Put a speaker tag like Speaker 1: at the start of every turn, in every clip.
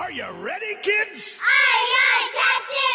Speaker 1: Are you ready, kids?
Speaker 2: Aye,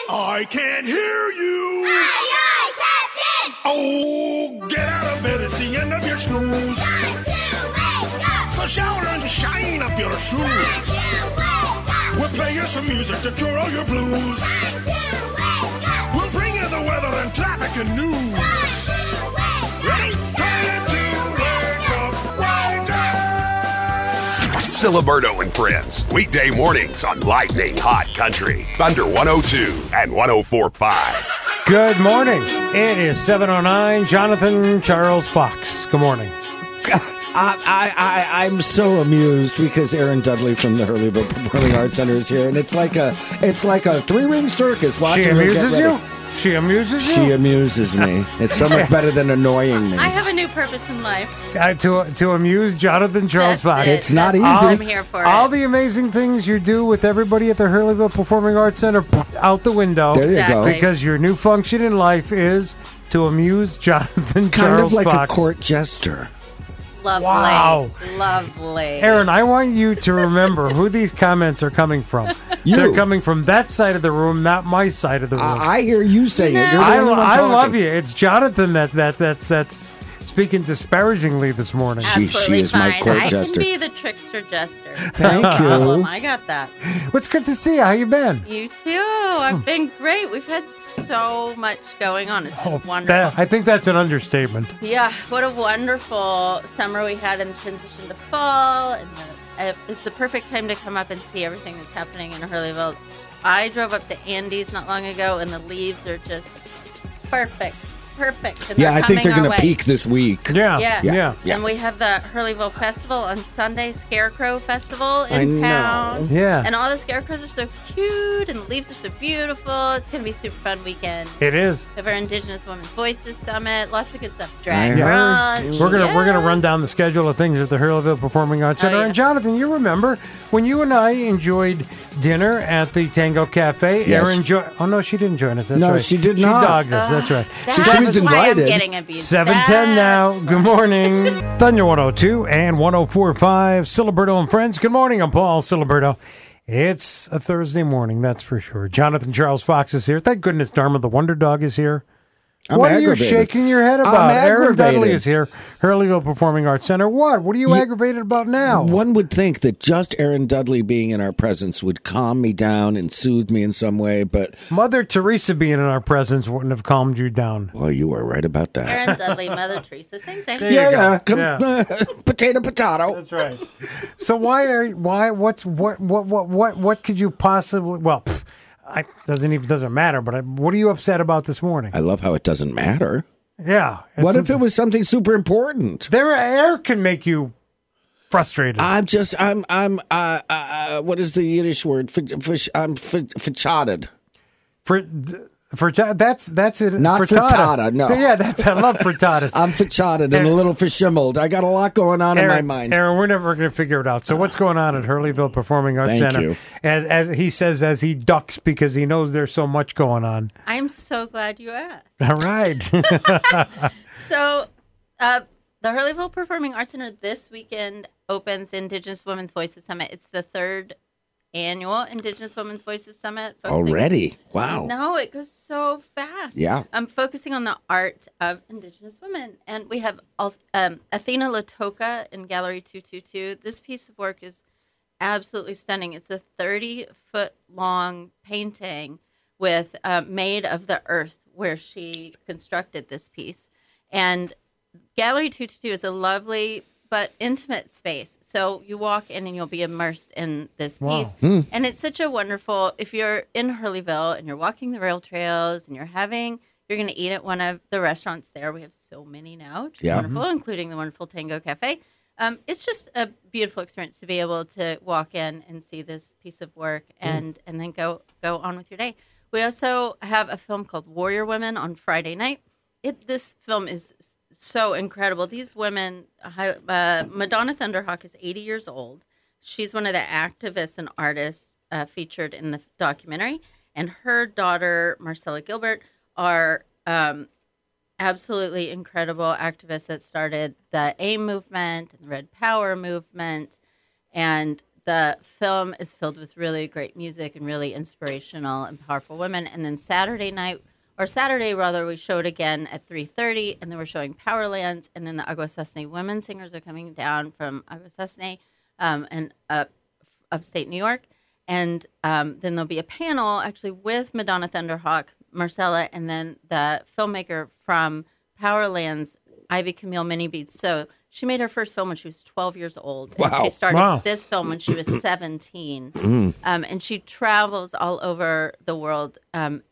Speaker 2: aye, Captain!
Speaker 1: I can't hear you.
Speaker 2: Aye, aye, Captain!
Speaker 1: Oh, get out of bed. It's the end of your snooze.
Speaker 2: Time to wake up!
Speaker 1: So shower and shine up your
Speaker 2: Time
Speaker 1: shoes.
Speaker 2: to wake up!
Speaker 1: We'll play you some music to cure all your blues.
Speaker 2: Time to wake up!
Speaker 1: We'll bring you the weather and traffic and news.
Speaker 2: Time to wake up!
Speaker 1: Ready? Time to wake up. Wake up.
Speaker 3: Siliberto and Friends. Weekday mornings on Lightning Hot Country. Thunder 102 and 104.5.
Speaker 4: Good morning. It is 709. Jonathan Charles Fox. Good morning.
Speaker 5: I, I, I, I'm so amused because Aaron Dudley from the Hurley Performing Arts Center is here, and it's like a it's like a three ring circus watching
Speaker 4: She
Speaker 5: her get
Speaker 4: amuses
Speaker 5: ready.
Speaker 4: you? She amuses
Speaker 5: She
Speaker 4: you?
Speaker 5: amuses me. It's so much better than annoying me.
Speaker 6: I have a new purpose in life.
Speaker 4: Uh, to, to amuse Jonathan
Speaker 6: That's
Speaker 4: Charles Fox.
Speaker 6: it.
Speaker 5: It's not
Speaker 6: That's
Speaker 5: easy.
Speaker 6: all I'm here for
Speaker 4: All
Speaker 6: it.
Speaker 4: the amazing things you do with everybody at the Hurleyville Performing Arts Center out the window.
Speaker 5: There you go.
Speaker 6: Exactly.
Speaker 4: Because your new function in life is to amuse Jonathan
Speaker 5: Kind
Speaker 4: Charles
Speaker 5: of like
Speaker 4: Fox.
Speaker 5: a court jester.
Speaker 6: Lovely.
Speaker 4: Wow.
Speaker 6: Lovely.
Speaker 4: Aaron, I want you to remember who these comments are coming from.
Speaker 5: You.
Speaker 4: They're coming from that side of the room, not my side of the room.
Speaker 5: I, I hear you saying it. You're the
Speaker 4: I,
Speaker 5: only
Speaker 4: lo-
Speaker 5: one
Speaker 4: I
Speaker 5: talking.
Speaker 4: love you. It's Jonathan that that that's that's speaking disparagingly this morning.
Speaker 5: She- she
Speaker 6: Absolutely
Speaker 5: is my
Speaker 6: fine.
Speaker 5: court
Speaker 6: I
Speaker 5: jester.
Speaker 6: can be the trickster jester.
Speaker 5: Thank
Speaker 6: no problem.
Speaker 5: you.
Speaker 6: I got that.
Speaker 4: What's good to see you. How you been?
Speaker 6: You too.
Speaker 4: Hmm.
Speaker 6: I've been great. We've had so much going on. It's been wonderful.
Speaker 4: Oh, That- I think that's an understatement.
Speaker 6: Yeah, what a wonderful summer we had and transition to fall. And the, uh, it's the perfect time to come up and see everything that's happening in Hurleyville. I drove up the Andes not long ago, and the leaves are just perfect, perfect. And
Speaker 5: Yeah, I think they're
Speaker 6: coming our
Speaker 5: gonna
Speaker 6: way.
Speaker 5: peak this week.
Speaker 4: Yeah.
Speaker 6: Yeah.
Speaker 4: Yeah.
Speaker 5: Yeah.
Speaker 6: And we have the Hurleyville Festival on Sunday, Scarecrow Festival
Speaker 5: I
Speaker 6: in
Speaker 5: know.
Speaker 6: town.
Speaker 4: Yeah.
Speaker 6: And all the scarecrows are so cute, and the leaves are so beautiful. It's going to be a super fun weekend.
Speaker 4: It is.
Speaker 6: We have our Indigenous Women's Voices Summit, lots of good stuff.
Speaker 5: I
Speaker 6: Drag
Speaker 5: heard.
Speaker 6: brunch.
Speaker 4: We're gonna we're gonna
Speaker 6: Yeah.
Speaker 4: run down the schedule of things at the Hurleyville Performing Arts
Speaker 6: Oh,
Speaker 4: Center.
Speaker 6: yeah.
Speaker 4: And Jonathan, you remember when you and I enjoyed dinner at the Tango Cafe?
Speaker 5: Yes.
Speaker 4: Erin jo- Oh no, she didn't join us. That's
Speaker 5: No,
Speaker 4: right.
Speaker 5: she did
Speaker 4: she
Speaker 5: not.
Speaker 4: dogged us. That's right.
Speaker 6: That's
Speaker 5: She- she was
Speaker 6: why I'm
Speaker 5: invited.
Speaker 6: getting abused.
Speaker 4: 710 now.
Speaker 6: That's
Speaker 4: Good morning. Thunder 102 and 1045. Siliberto and friends. Good morning. I'm Paul Siliberto. It's a Thursday morning, that's for sure. Jonathan Charles Fox is here. Thank goodness Dharma the Wonder Dog is here.
Speaker 5: I'm
Speaker 4: what are you
Speaker 5: aggravated.
Speaker 4: shaking your head
Speaker 5: I'm
Speaker 4: about? Aaron Dudley
Speaker 5: aggravated.
Speaker 4: is here. Hurleyville Performing Arts Center. What? What are you aggravated about now?
Speaker 5: One would think that just Aaron Dudley being in our presence would calm me down and soothe me in some way, but
Speaker 4: Mother Teresa being in our presence wouldn't have calmed you down.
Speaker 5: well, you were right about that.
Speaker 6: Aaron Dudley, Mother Teresa, same thing.
Speaker 4: you
Speaker 5: yeah,
Speaker 4: go.
Speaker 5: yeah. Come,
Speaker 4: Yeah.
Speaker 5: potato, potato.
Speaker 4: That's right. so why are why what's what what what what what could you possibly well pff, I doesn't even doesn't matter. But I, what are you upset about this morning?
Speaker 5: I love how it doesn't matter.
Speaker 4: yeah. it's-
Speaker 5: What if it was something super important?
Speaker 4: there? Air can make you frustrated.
Speaker 5: I'm just, I'm, I'm, uh, uh, what is the Yiddish word? F- f- I'm f- fachaded.
Speaker 4: for th- for ta- that's that's it.
Speaker 5: Not
Speaker 4: frittata.
Speaker 5: frittata, no.
Speaker 4: Yeah, that's I love frittatas.
Speaker 5: I'm fachaded and a
Speaker 4: Aaron-
Speaker 5: little fashimbled. I got a lot going on in my
Speaker 4: Aaron,
Speaker 5: mind.
Speaker 4: Aaron, we're never going to figure it out. So what's going on at Hurleyville Performing
Speaker 5: Thank
Speaker 4: Arts Center?
Speaker 5: you.
Speaker 4: As as he says, as he ducks because he knows there's so much going on.
Speaker 6: I'm so glad you asked.
Speaker 4: All right.
Speaker 6: So, uh, the Hurleyville Performing Arts Center this weekend opens the Indigenous Women's Voices Summit. It's the third annual Indigenous Women's Voices Summit. focusing-
Speaker 5: Already. Wow.
Speaker 6: No, it goes so fast.
Speaker 5: Yeah.
Speaker 6: I'm focusing on the art of Indigenous women. And we have Al- um, Athena Latoka in Gallery 222. This piece of work is absolutely stunning. It's a 30 foot long painting with uh, Made of the Earth, where she constructed this piece. And Gallery 222 is a lovely but intimate space. So you walk in and you'll be immersed in this
Speaker 4: Wow. Hmm.
Speaker 6: piece. And it's such a wonderful, if you're in Hurleyville and you're walking the rail trails and you're having, you're going to eat at one of the restaurants there. We have so many now, which is
Speaker 5: Yeah.
Speaker 6: wonderful, including the wonderful Tango Cafe. Um, it's just a beautiful experience to be able to walk in and see this piece of work and, and then go, go on with your day. We also have a film called Warrior Women on Friday night it this film is s- so incredible. These women, hi- uh, Madonna Thunderhawk is 80 years old. She's one of the activists and artists uh, featured in the documentary, and her daughter Marcella Gilbert are um, absolutely incredible activists that started the AIM movement and the Red Power movement, and the film is filled with really great music and really inspirational and powerful women. And then Saturday night, or Saturday rather, we showed again at 3.30, and then we're showing Powerlands, and then the Aguasasne women singers are coming down from Aguasasne um, and up upstate New York. And um, then there'll be a panel actually with Madonna Thunderhawk, Marcella, and then the filmmaker from Powerlands, Ivy Camille Mini Beats. So she made her first film when she was 12 years old. And
Speaker 5: Wow.
Speaker 6: she started
Speaker 4: Wow.
Speaker 6: this film when she was 17.
Speaker 4: Hmm.
Speaker 6: Um, and she travels all over the world um,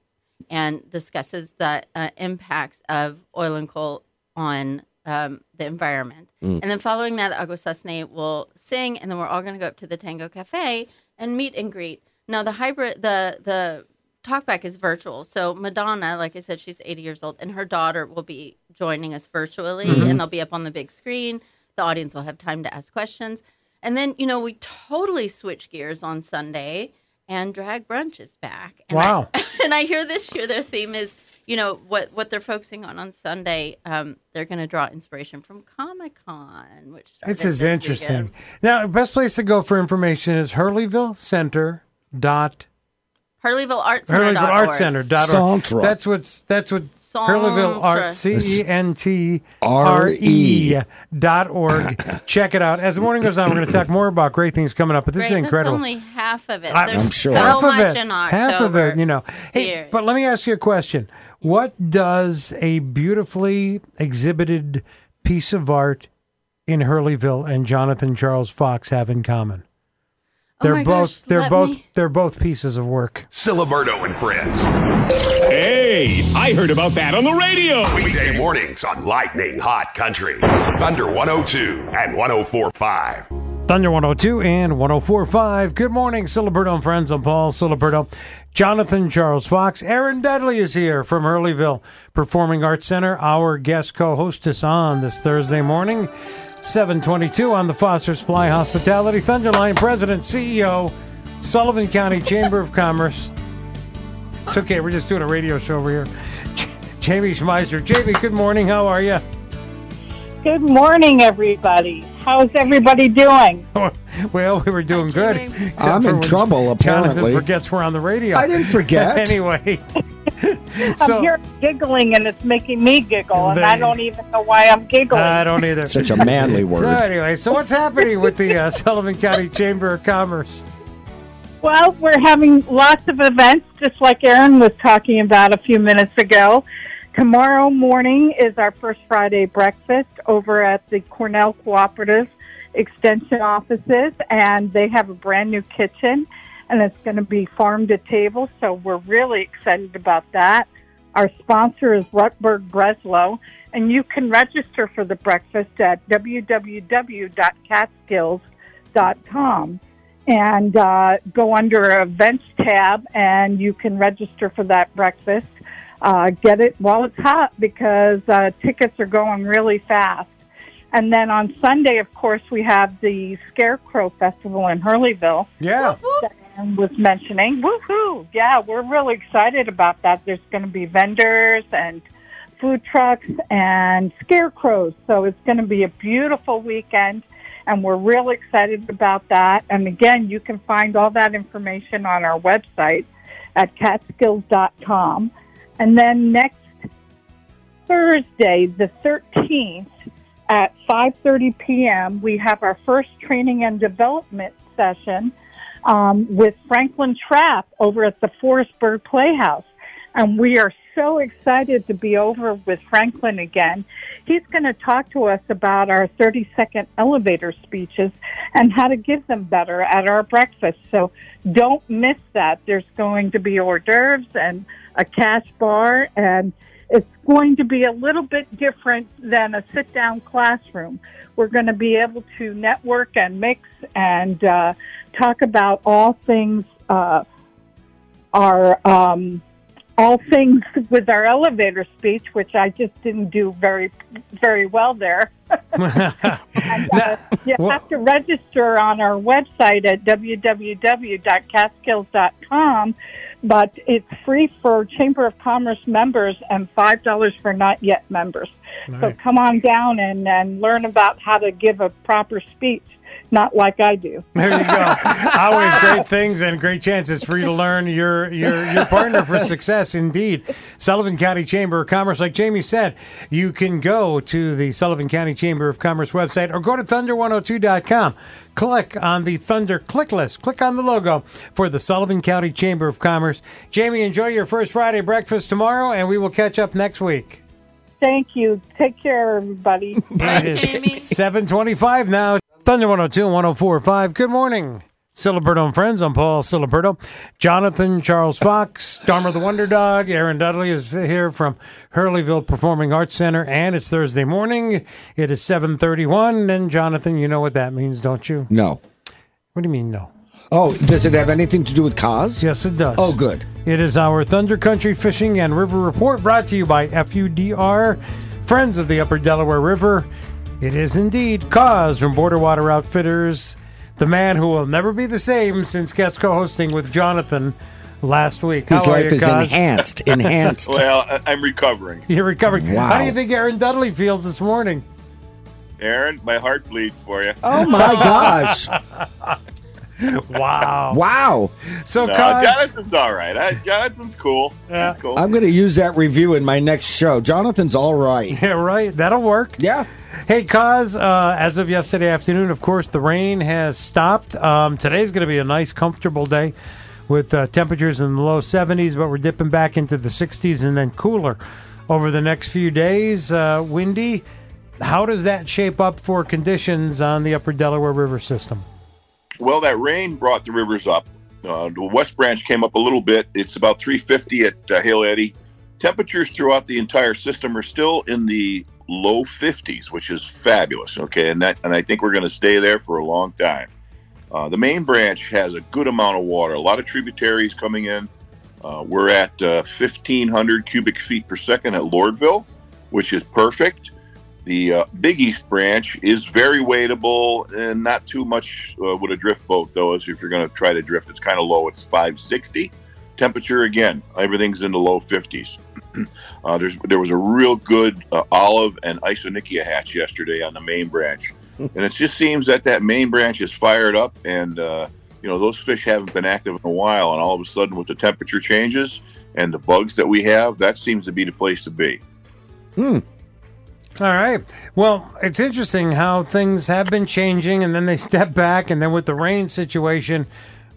Speaker 6: and discusses the uh, impacts of oil and coal on um, the environment. And then following that, Agosasne will sing, and then we're all going to go up to the Tango Cafe and meet and greet. Now the hybrid, the the talkback is virtual. So Madonna, like I said, she's 80 years old, and her daughter will be joining us virtually,
Speaker 4: Mm-hmm.
Speaker 6: and they'll be up on the big screen. The audience will have time to ask questions. And then, you know, we totally switch gears on Sunday and drag brunch is back. And I-
Speaker 4: Wow.
Speaker 6: and I hear this year their theme is, you know, what what they're focusing on on Sunday. Um, they're going to draw inspiration from Comic Con, which started
Speaker 4: This is
Speaker 6: this
Speaker 4: interesting.
Speaker 6: weekend.
Speaker 4: Now, best place to go for information is HurleyvilleCenter.org.
Speaker 6: Harleyville Arts Center.
Speaker 4: Hurleyville Art Center dot org.
Speaker 5: Centra.
Speaker 4: That's what's that's what
Speaker 6: Centra.
Speaker 4: Hurleyville Art C E N T R E
Speaker 5: R-E.
Speaker 4: dot org. Check it out. As the morning goes on, we're going to talk more about great things coming up. But this
Speaker 6: Great.
Speaker 4: is incredible.
Speaker 6: That's only half of it.
Speaker 4: I-
Speaker 6: There's
Speaker 5: I'm sure.
Speaker 6: so
Speaker 4: half
Speaker 6: much
Speaker 4: of it.
Speaker 6: in
Speaker 4: half of
Speaker 6: October.
Speaker 4: it. You know. Hey,
Speaker 6: Here.
Speaker 4: but let me ask you a question. What does a beautifully exhibited piece of art in Hurleyville and Jonathan Charles Fox have in common?
Speaker 6: Oh
Speaker 4: They're
Speaker 6: my
Speaker 4: both
Speaker 6: gosh,
Speaker 4: they're
Speaker 6: let
Speaker 4: both
Speaker 6: me-
Speaker 4: they're both pieces of work.
Speaker 3: Siliberto and Friends.
Speaker 7: Hey, I heard about that on the radio.
Speaker 3: Weekday mornings on Lightning Hot Country. Thunder 102 and 1045.
Speaker 4: Thunder 102 and 1045. Good morning, Siliberto and friends. I'm Paul Siliberto. Jonathan Charles Fox. Aaron Dudley is here from Earlyville Performing Arts Center, our guest co hostess on this Thursday morning, 722 on the Foster Supply Hospitality Thunderline, President, CEO, Sullivan County Chamber of Commerce. It's okay, we're just doing a radio show over here. J- Jamie Schmeiser. Jamie, good morning. How are you?
Speaker 8: Good morning, everybody. How's everybody doing?
Speaker 4: Well, we were doing good.
Speaker 6: Jamie.
Speaker 4: except
Speaker 5: I'm
Speaker 4: for
Speaker 5: in
Speaker 4: when
Speaker 5: trouble,
Speaker 4: Jonathan
Speaker 5: apparently.
Speaker 4: forgets we're on the radio.
Speaker 5: I didn't forget.
Speaker 4: anyway,
Speaker 8: I'm
Speaker 4: so
Speaker 8: here giggling, and it's making me giggle, and
Speaker 4: They-
Speaker 8: I don't even know why I'm giggling.
Speaker 4: I don't either.
Speaker 5: Oh. Such a manly
Speaker 4: So
Speaker 5: word.
Speaker 4: anyway, so what's happening with the uh, Sullivan County Chamber of Commerce?
Speaker 8: Well, we're having lots of events, just like Aaron was talking about a few minutes ago. Tomorrow morning is our first Friday breakfast over at the Cornell Cooperative Extension offices, and they have a brand new kitchen, and it's going to be farm to table, so we're really excited about that. Our sponsor is Rutberg Breslow, and you can register for the breakfast at www.catskills.com and uh, go under events tab and you can register for that breakfast. Uh, get it while it's hot because uh, tickets are going really fast. And then on Sunday, of course, we have the Scarecrow Festival in Hurleyville
Speaker 4: Yeah,
Speaker 8: and was mentioning. Woohoo! Yeah, we're really excited about that. There's going to be vendors and food trucks and scarecrows. So it's going to be a beautiful weekend, and we're really excited about that. And again, you can find all that information on our website at catskills.com. And then next Thursday, the 13th, at 5:30 p.m., we have our first training and development session um, with Franklin Trapp over at the Forestburg Playhouse. And we are so excited to be over with Franklin again. He's going to talk to us about our 30 second elevator speeches and how to give them better at our breakfast. So don't miss that. There's going to be hors d'oeuvres and a cash bar, and it's going to be a little bit different than a sit down classroom. We're going to be able to network and mix and uh, talk about all things uh, our um, all things with our elevator speech, which I just didn't do very very well there. And, uh, you
Speaker 4: Well-
Speaker 8: have to register on our website at www.catskills.com, but it's free for Chamber of Commerce members and five dollars for not yet members. So
Speaker 4: Right.
Speaker 8: come on down and, and learn about how to give a proper speech not like I do.
Speaker 4: There you go. Always great things and great chances for you to learn your your your partner for success. Indeed, Sullivan County Chamber of Commerce. Like Jamie said, you can go to the Sullivan County Chamber of Commerce website or go to thunder102.com. Click on the Thunder click list. Click on the logo for the Sullivan County Chamber of Commerce. Jamie, enjoy your first Friday breakfast tomorrow, and we will catch up next week.
Speaker 8: Thank you. Take care, everybody.
Speaker 4: It is
Speaker 6: Jamie.
Speaker 4: 725 now. Thunder 102 and 1045. Good morning. Siliberto and friends. I'm Paul Siliberto. Jonathan Charles Fox, Dharma the Wonder Dog. Aaron Dudley is here from Hurleyville Performing Arts Center, and it's Thursday morning. It is 731. And Jonathan, you know what that means, don't you?
Speaker 5: No.
Speaker 4: What do you mean, no?
Speaker 5: Oh, does it have anything to do with cause?
Speaker 4: Yes, it does.
Speaker 5: Oh, good.
Speaker 4: It is our Thunder Country Fishing and River Report brought to you by FUDR, Friends of the Upper Delaware River. It is indeed Cause from Border Water Outfitters, the man who will never be the same since guest co hosting with Jonathan last week.
Speaker 5: His
Speaker 4: How are
Speaker 5: life
Speaker 4: you,
Speaker 5: is
Speaker 4: Cause?
Speaker 5: enhanced. Enhanced.
Speaker 9: Well, I- I'm recovering.
Speaker 4: You're recovering.
Speaker 5: Wow.
Speaker 4: How do you think Aaron Dudley feels this morning?
Speaker 9: Aaron, my heart bleeds for you.
Speaker 5: oh my gosh.
Speaker 4: Wow.
Speaker 5: Wow.
Speaker 4: Oh. So,
Speaker 9: No,
Speaker 4: Cause,
Speaker 9: Jonathan's all right. I, Jonathan's cool.
Speaker 4: Yeah.
Speaker 9: He's cool.
Speaker 5: I'm going to use that review in my next show. Jonathan's all right.
Speaker 4: yeah, right. That'll work.
Speaker 5: Yeah.
Speaker 4: Hey, Cause, uh, as of yesterday afternoon, of course, the rain has stopped. Um, today's going to be a nice, comfortable day with uh, temperatures in the low 70s, but we're dipping back into the 60s and then cooler over the next few days. Uh, windy, how does that shape up for conditions on the upper Delaware River system?
Speaker 9: Well, that rain brought the rivers up. Uh, the West Branch came up a little bit. It's about 350 at uh, Hale Eddy. Temperatures throughout the entire system are still in the low 50s, which is fabulous. Okay, and that and I think we're going to stay there for a long time. Uh, the main branch has a good amount of water. A lot of tributaries coming in. Uh, we're at uh, 1,500 cubic feet per second at Lordville, which is perfect. The uh, Big East branch is very wadeable and not too much uh, with a drift boat, though, as if you're going to try to drift. It's kind of low. It's 560. Temperature, again, everything's in the low 50s. uh, there's, there was a real good uh, olive and isonychia hatch yesterday on the main branch. and it just seems that that main branch is fired up and, uh, you know, those fish haven't been active in a while. And all of a sudden, with the temperature changes and the bugs that we have, that seems to be the place to be.
Speaker 5: Hmm.
Speaker 4: All right. Well, it's interesting how things have been changing, and then they step back, and then with the rain situation,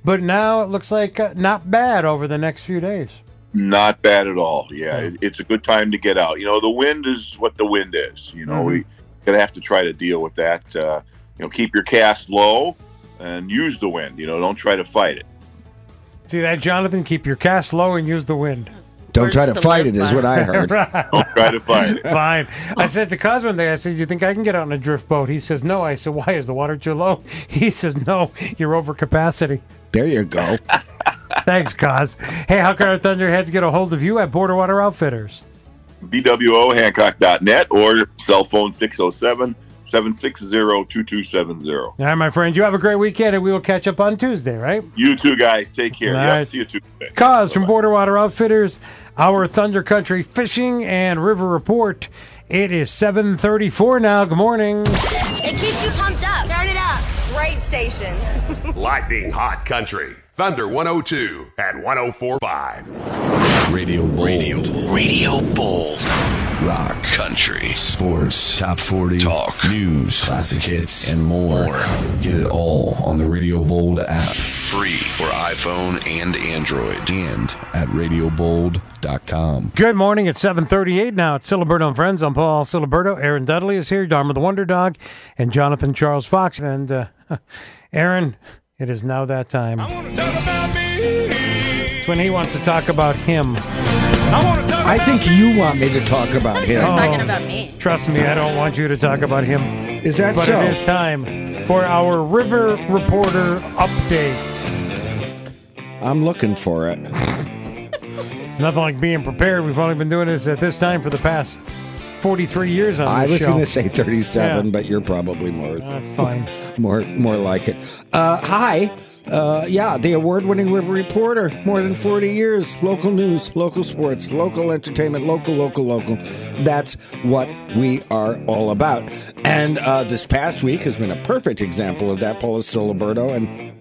Speaker 4: but now it looks like uh, not bad over the next few days.
Speaker 9: Not bad at all. Yeah, it, it's a good time to get out. You know, the wind is what the wind is. You know, we
Speaker 4: Mm-hmm.
Speaker 9: gonna have to try to deal with that. Uh, you know, keep your cast low and use the wind. You know, don't try to fight it.
Speaker 4: See that, Jonathan? Keep your cast low and use the wind.
Speaker 5: Don't
Speaker 6: Words
Speaker 5: try to
Speaker 6: to
Speaker 5: fight it,
Speaker 6: live
Speaker 5: is
Speaker 6: by.
Speaker 5: what I heard.
Speaker 9: Don't try to fight it.
Speaker 4: Fine. I said to Cos one day, I said, "You think I can get out on a drift boat?" He says, "No." I said, "Why is the water too low?" He says, "No, you're over capacity."
Speaker 5: There you go.
Speaker 4: Thanks, Cos. Hey, how can our Thunderheads get a hold of you at Border Water Outfitters?
Speaker 9: BWOHancock.net or cell phone 607 760 2270.
Speaker 4: All right, my friend, you have a great weekend, and we will catch up on Tuesday, right?
Speaker 9: You two guys, take care.
Speaker 4: All
Speaker 9: Yeah,
Speaker 4: right.
Speaker 9: see you Tuesday.
Speaker 4: Cause from Border Water Outfitters, our Thunder Country Fishing and River Report. It is 7:34 now. Good morning.
Speaker 2: It keeps you pumped up. Turn it up. Great station.
Speaker 3: Lightning Hot Country. Thunder 102 and 1045.
Speaker 10: Radio Bold. Radio, Radio Bold. Rock. Country. Sports. Top 40. Talk. News. Classic hits. And more. Get it all on the Radio Bold app. Free for iPhone and Android. And at radiobold.com.
Speaker 4: Good morning. It's 7:38 now. It's Siliberto and friends. I'm Paul Siliberto. Aaron Dudley is here. Dharma the Wonder Dog, and Jonathan Charles Fox. And uh, Aaron, it is now that time. It's when he wants to talk about him.
Speaker 5: I think you want me to talk about
Speaker 6: You're
Speaker 5: him.
Speaker 6: talking about me.
Speaker 4: Oh, Trust me, I don't want you to talk about him.
Speaker 5: Is that
Speaker 4: But
Speaker 5: so?
Speaker 4: it is time for our River Reporter update.
Speaker 5: I'm looking for it.
Speaker 4: Nothing like being prepared. We've only been doing this at this time for the past 43 years on
Speaker 5: I
Speaker 4: this
Speaker 5: was
Speaker 4: show.
Speaker 5: going to say 37,
Speaker 4: Yeah. Uh,
Speaker 5: but you're probably more
Speaker 4: Fine.
Speaker 5: more more like it. Uh, hi, uh, yeah, the award-winning River Reporter, more than 40 years, local news, local sports, local entertainment, local, local, local. That's what we are all about. And uh, this past week has been a perfect example of that. Paula Stoliberto and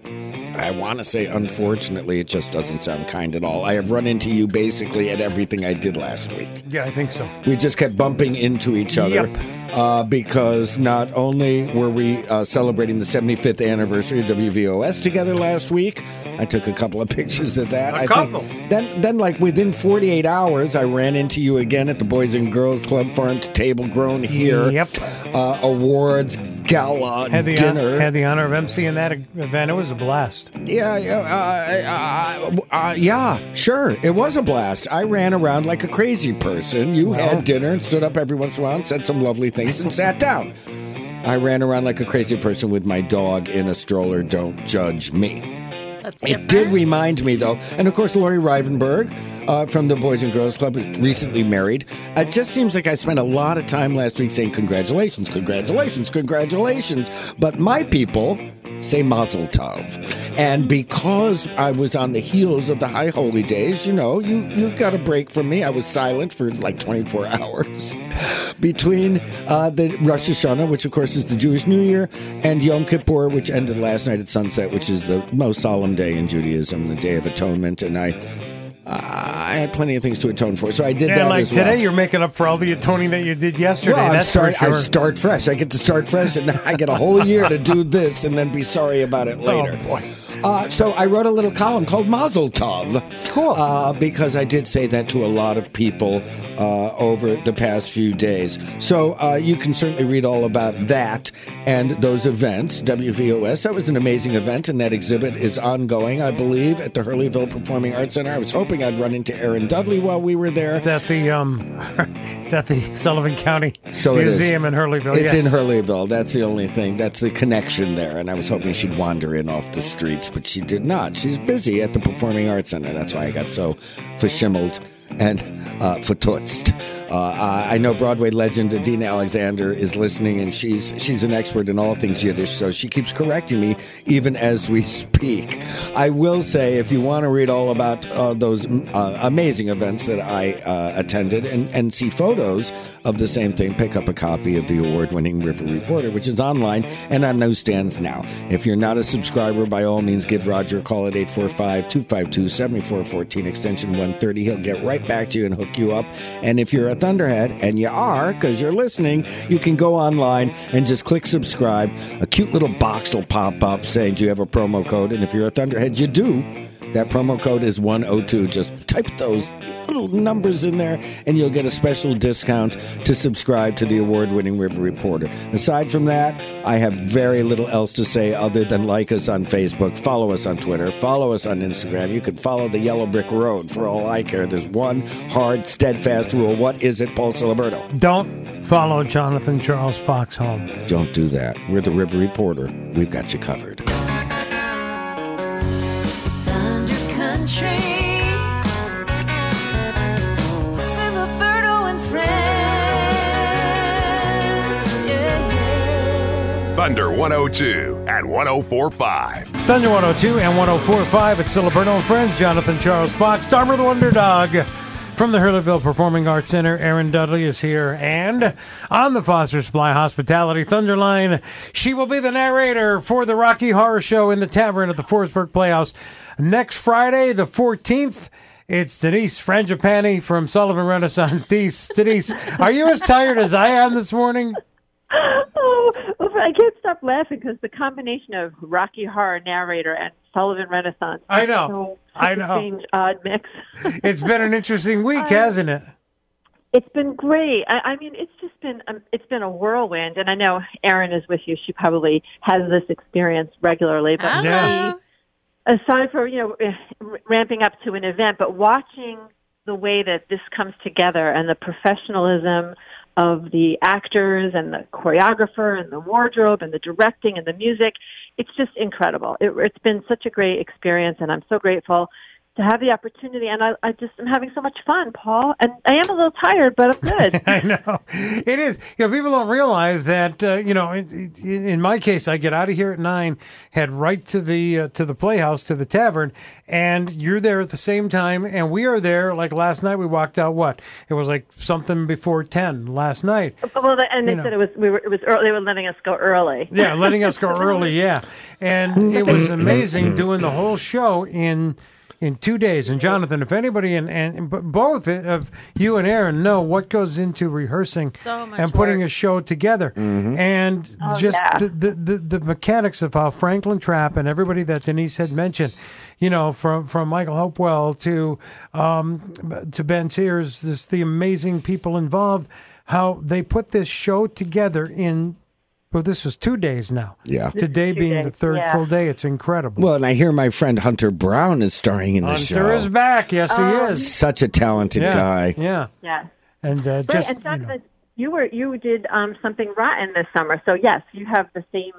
Speaker 5: I want to say, unfortunately, it just doesn't sound kind at all. I have run into you basically at everything I did last week.
Speaker 4: Yeah, I think so.
Speaker 5: We just kept bumping into each other
Speaker 4: Yep.
Speaker 5: uh, because not only were we uh, celebrating the 75th anniversary of WVOS together last week, I took a couple of pictures of that.
Speaker 4: A
Speaker 5: I
Speaker 4: couple.
Speaker 5: then, then like within 48 hours, I ran into you again at the Boys and Girls Club Farm to Table Grown here.
Speaker 4: Yep.
Speaker 5: Uh, awards gala
Speaker 4: Had the, hon-
Speaker 5: dinner.
Speaker 4: had the honor of emceeing that e-, event. It was a blast.
Speaker 5: Yeah, yeah, uh, uh, uh, yeah, sure. It was a blast. I ran around like a crazy person. You had dinner and stood up every once in a while and said some lovely things and sat down. I ran around like a crazy person with my dog in a stroller. Don't judge me.
Speaker 6: That's
Speaker 5: It
Speaker 6: different.
Speaker 5: did remind me, though. And of course, Lori Rivenberg uh, from the Boys and Girls Club, recently married. It just seems like I spent a lot of time last week saying congratulations, congratulations, congratulations. But my people say mazel tov. And because I was on the heels of the high holy days, you know, you, you got a break from me. I was silent for like 24 hours between uh, the Rosh Hashanah, which of course is the Jewish New Year, and Yom Kippur, which ended last night at sunset, which is the most solemn day in Judaism, the Day of Atonement. And I, I had plenty of things to atone for, so I did that
Speaker 4: And like
Speaker 5: as well.
Speaker 4: today, you're making up for all the atoning that you did yesterday.
Speaker 5: Well, I'm
Speaker 4: that's
Speaker 5: start,
Speaker 4: for sure.
Speaker 5: I start fresh. I get to start fresh, and I get a whole year to do this, and then be sorry about it later.
Speaker 4: boy.
Speaker 5: Oh, Uh, so I wrote a little column called Mazel Tov, cool. uh, because I did say that to a lot of people uh, over the past few days. So uh, you can certainly read all about that and those events. WVOS, that was an amazing event, and that exhibit is ongoing, I believe, at the Hurleyville Performing Arts Center. I was hoping I'd run into Aaron Dudley while we were there.
Speaker 4: It's at the um, it's at the Sullivan County
Speaker 5: So it is.
Speaker 4: Museum in Hurleyville.
Speaker 5: It's
Speaker 4: yes.
Speaker 5: in Hurleyville. That's the only thing. That's the connection there. And I was hoping she'd wander in off the streets, but she did not. She's busy at the Performing Arts Center. That's why I got so fashimmeled and uh, fatutzed. Uh, I I know Broadway legend Adina Alexander is listening, and she's she's an expert in all things Yiddish, so she keeps correcting me even as we speak. I will say, if you want to read all about uh, those mm, uh, amazing events that I uh, attended and, and see photos of the same thing, pick up a copy of the award winning River Reporter, which is online and on newsstands now. If you're not a subscriber, by all means, give Roger a call at 845 252 7414, extension 130. He'll get right back to you and hook you up. And if you're a Thunderhead, and you are because you're listening, you can go online and just click subscribe. A cute little box will pop up saying, Do you have a promo code? And if you're a Thunderhead, you do. That promo code is 102. Just type those little numbers in there and you'll get a special discount to subscribe to the award winning River Reporter. Aside from that, I have very little else to say other than like us on Facebook, follow us on Twitter, follow us on Instagram. You can follow the Yellow Brick Road for all I care. There's one hard, steadfast rule. What is it, Paul Siliberto?
Speaker 4: Don't follow Jonathan Charles Fox home.
Speaker 5: Don't do that. We're the River Reporter. We've got you covered.
Speaker 1: Thunder Country. Silverberto and friends. Yeah, yeah.
Speaker 3: Thunder 102 and 1045.
Speaker 4: Thunder 102 and 1045 at Siliberto and Friends. Jonathan Charles Fox, Dharma the Wonder Dog. From the Hurleyville Performing Arts Center, Aaron Dudley is here. And on the Foster Supply Hospitality Thunderline, she will be the narrator for the Rocky Horror Show in the Tavern at the Forestburg Playhouse next Friday, the 14th. It's Denise Frangipani from Sullivan Renaissance. Denise, Denise, are you as tired as I am this morning?
Speaker 11: oh, I can't stop laughing because the combination of Rocky Horror narrator and Sullivan Renaissance.
Speaker 4: I know.
Speaker 11: is so-
Speaker 4: I
Speaker 11: such a
Speaker 4: know.
Speaker 11: Strange, odd mix.
Speaker 4: It's been an interesting week, hasn't it?
Speaker 11: it's been great. I, I mean, it's just been um, it's been a whirlwind, and I know Erin is with you. She probably has this experience regularly,
Speaker 6: Hello.
Speaker 11: but
Speaker 4: Yeah.
Speaker 11: aside from you know r- ramping up to an event, but watching the way that this comes together and the professionalism of the actors and the choreographer and the wardrobe and the directing and the music, it's just incredible. It, it's been such a great experience, and I'm so grateful. to have the opportunity, and I, I just am having so much fun, Paul. And I am a little tired, but I'm good.
Speaker 4: I know it is. You know, people don't realize that. Uh, you know, in, in in my case, I get out of here at nine, head right to the uh, to the playhouse to the tavern, and you're there at the same time, and we are there. Like last night, we walked out. What it was like something before ten last night.
Speaker 11: well, the, and they
Speaker 4: You know.
Speaker 11: said it was we were it was early. They were letting us go early.
Speaker 4: Yeah, letting us go early. Yeah, and it was amazing doing the whole show in in two days. And Jonathan, if anybody and and b- both of you and Aaron know what goes into rehearsing
Speaker 1: So much
Speaker 4: and putting a show together, and
Speaker 1: Oh,
Speaker 4: just
Speaker 1: yeah.
Speaker 4: the, the the the mechanics of how Franklin Trap and everybody that Denise had mentioned. You know, from, from Michael Hopewell to um, to Ben Sears, this the amazing people involved, how they put this show together in well, this was two days now.
Speaker 5: Yeah. This
Speaker 4: Today being the third
Speaker 5: yeah.
Speaker 4: full day. It's incredible.
Speaker 5: Well, and I hear my friend Hunter Brown is starring in the
Speaker 4: Hunter
Speaker 5: show.
Speaker 4: is back. Yes,
Speaker 11: Um,
Speaker 4: he is.
Speaker 5: Such a talented
Speaker 4: yeah.
Speaker 5: guy.
Speaker 4: Yeah.
Speaker 11: Yeah.
Speaker 4: And uh,
Speaker 11: Right,
Speaker 4: just,
Speaker 11: and Jonathan, you, were you did um, something rotten this summer, so yes, you have the same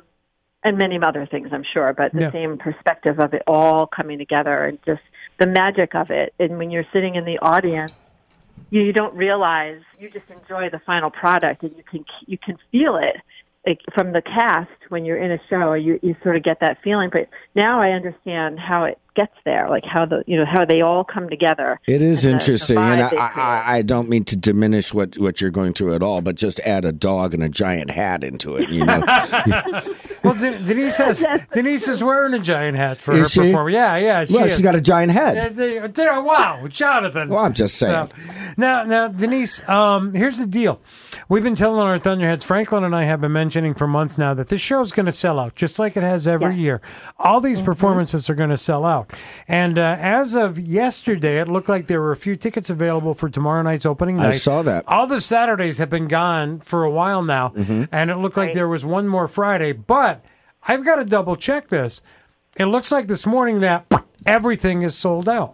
Speaker 11: and many other things, I'm sure, but the
Speaker 1: Yeah.
Speaker 11: same perspective of it all coming together and just the magic of it. And when you're sitting in the audience, you, you don't realize you just enjoy the final product, and you can you can feel it. Like from the cast, when you're in a show, you you sort of get that feeling. But now I understand how it gets there, like how the you know how they all come together.
Speaker 5: It is
Speaker 11: And the- the
Speaker 5: interesting, and I,
Speaker 11: vibe they
Speaker 5: I, I don't mean to diminish what, what you're going through at all, but just add a dog and a giant hat into it. You know,
Speaker 4: well, De- Denise has Denise is wearing a giant hat for
Speaker 5: Is
Speaker 4: her
Speaker 5: she?
Speaker 4: performance. Yeah, yeah. She
Speaker 5: Well,
Speaker 4: is.
Speaker 5: she's got a giant head.
Speaker 4: Yeah, they- they- wow, Jonathan.
Speaker 5: Well, I'm just saying.
Speaker 4: Now, now, now, Denise, um, here's the deal. We've been telling our Thunderheads, Franklin and I have been mentioning for months now that this show's going to sell out, just like it has every year. All these
Speaker 11: Mm-hmm.
Speaker 4: performances are going to sell out. And uh, as of yesterday, it looked like there were a few tickets available for tomorrow night's opening night.
Speaker 5: I saw that.
Speaker 4: All the Saturdays have been gone for a while now,
Speaker 5: Mhm.
Speaker 4: and it looked like there was one more Friday. But I've got to double check this. It looks like this morning that everything is sold out.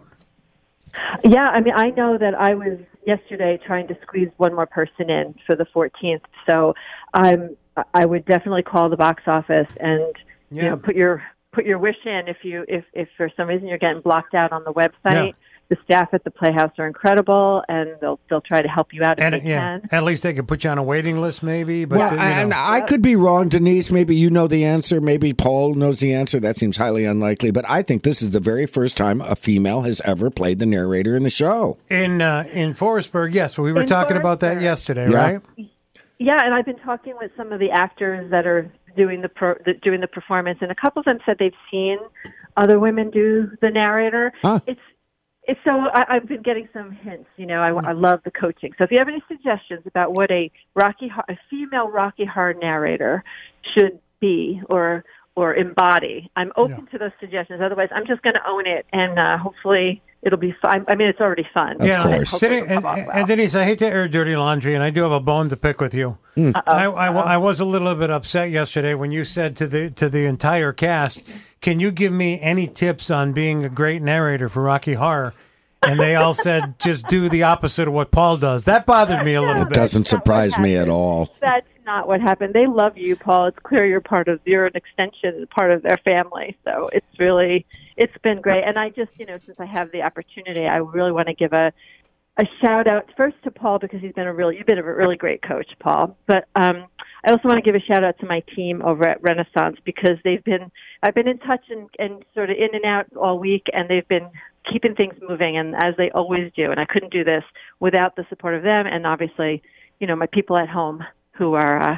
Speaker 11: Yeah, I mean, I know that I was yesterday trying to squeeze one more person in for the 14th. So I'm, I would definitely call the box office and you
Speaker 1: Yeah.
Speaker 11: know put your put your wish in if you if if for some reason you're getting blocked out on the website. The staff at the Playhouse are incredible, and they'll they'll try to help you out if
Speaker 4: And
Speaker 11: they
Speaker 4: yeah,
Speaker 11: can.
Speaker 4: at least they could put you on a waiting list, maybe. But
Speaker 5: well,
Speaker 4: you know.
Speaker 5: and I could be wrong, Denise. Maybe you know the answer. Maybe Paul knows the answer. That seems highly unlikely, but I think this is the very first time a female has ever played the narrator in the show.
Speaker 4: in uh, in Forestburg, yes, we were
Speaker 11: In
Speaker 4: talking about that yesterday,
Speaker 5: Yeah.
Speaker 4: right?
Speaker 11: Yeah, and I've been talking with some of the actors that are doing the, pro, the doing the performance, and a couple of them said they've seen other women do the narrator. It's it's so I, I've been getting some hints. You know, I, I love the coaching. So if you have any suggestions about what a Rocky Ho- a female Rocky Hard narrator should be or or embody, I'm open to those suggestions. Otherwise, I'm just going to own it, and uh, hopefully it'll be fun. I mean, it's already fun.
Speaker 4: yeah,
Speaker 11: And hopefully
Speaker 4: Denny-
Speaker 11: it'll
Speaker 4: and,
Speaker 11: come off well.
Speaker 4: and Denise, I hate to air dirty laundry, and I do have a bone to pick with you. I, I, wa- I was a little bit upset yesterday when you said to the to the entire cast, "Can you give me any tips on being a great narrator for Rocky Horror?" And they all said, "Just do the opposite of what Paul does." That bothered me a little
Speaker 5: It
Speaker 4: bit.
Speaker 5: doesn't surprise me at all.
Speaker 11: That's not what happened. They love you, Paul. It's clear you're part of you're an extension, part of their family. So it's really it's been great. And I just you know since I have the opportunity, I really want to give a a shout out first to Paul because he's been a really you've been a really great coach, Paul. But um, I also want to give a shout out to my team over at Renaissance because they've been I've been in touch and, and sort of in and out all week, and they've been keeping things moving and as they always do. And I couldn't do this without the support of them and obviously you know my people at home who are uh,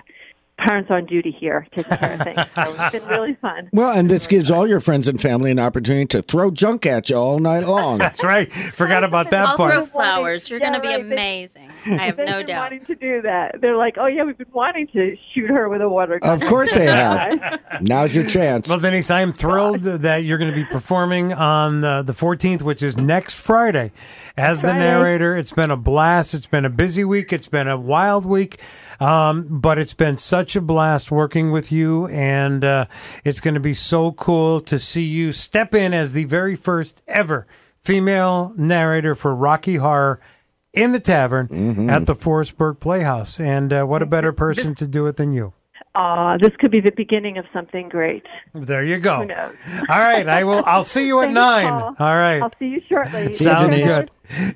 Speaker 11: parents on duty here taking care of things. So it's been really fun.
Speaker 5: Well, and this gives all your friends and family an opportunity to throw junk at you all night long.
Speaker 4: That's right. Forgot about that
Speaker 6: I'll
Speaker 5: part.
Speaker 6: throw flowers. You're going to be
Speaker 11: right.
Speaker 6: amazing. I have
Speaker 11: They've
Speaker 6: no
Speaker 11: been
Speaker 6: doubt.
Speaker 11: wanting to do that. They're like, oh yeah, we've been wanting to shoot her with a water gun.
Speaker 5: Of course they have. Now's your chance.
Speaker 4: Well, Denise, I am thrilled that you're going to be performing on the, the 14th, which is next Friday, as the
Speaker 5: Friday.
Speaker 4: narrator. It's been a blast. It's been a busy week. It's been a wild week, um, but it's been such a blast working with you, and uh, it's going to be so cool to see you step in as the very first ever female narrator for Rocky Horror. In the tavern at the Forestburg Playhouse, and uh, what a better person to do it than you!
Speaker 11: ah, this could be the beginning of something great.
Speaker 4: There you go.
Speaker 11: Who knows?
Speaker 4: All right, I will. I'll see you at
Speaker 11: Thanks,
Speaker 4: nine.
Speaker 11: Paul.
Speaker 4: All right.
Speaker 11: I'll see you shortly.
Speaker 4: Sounds good.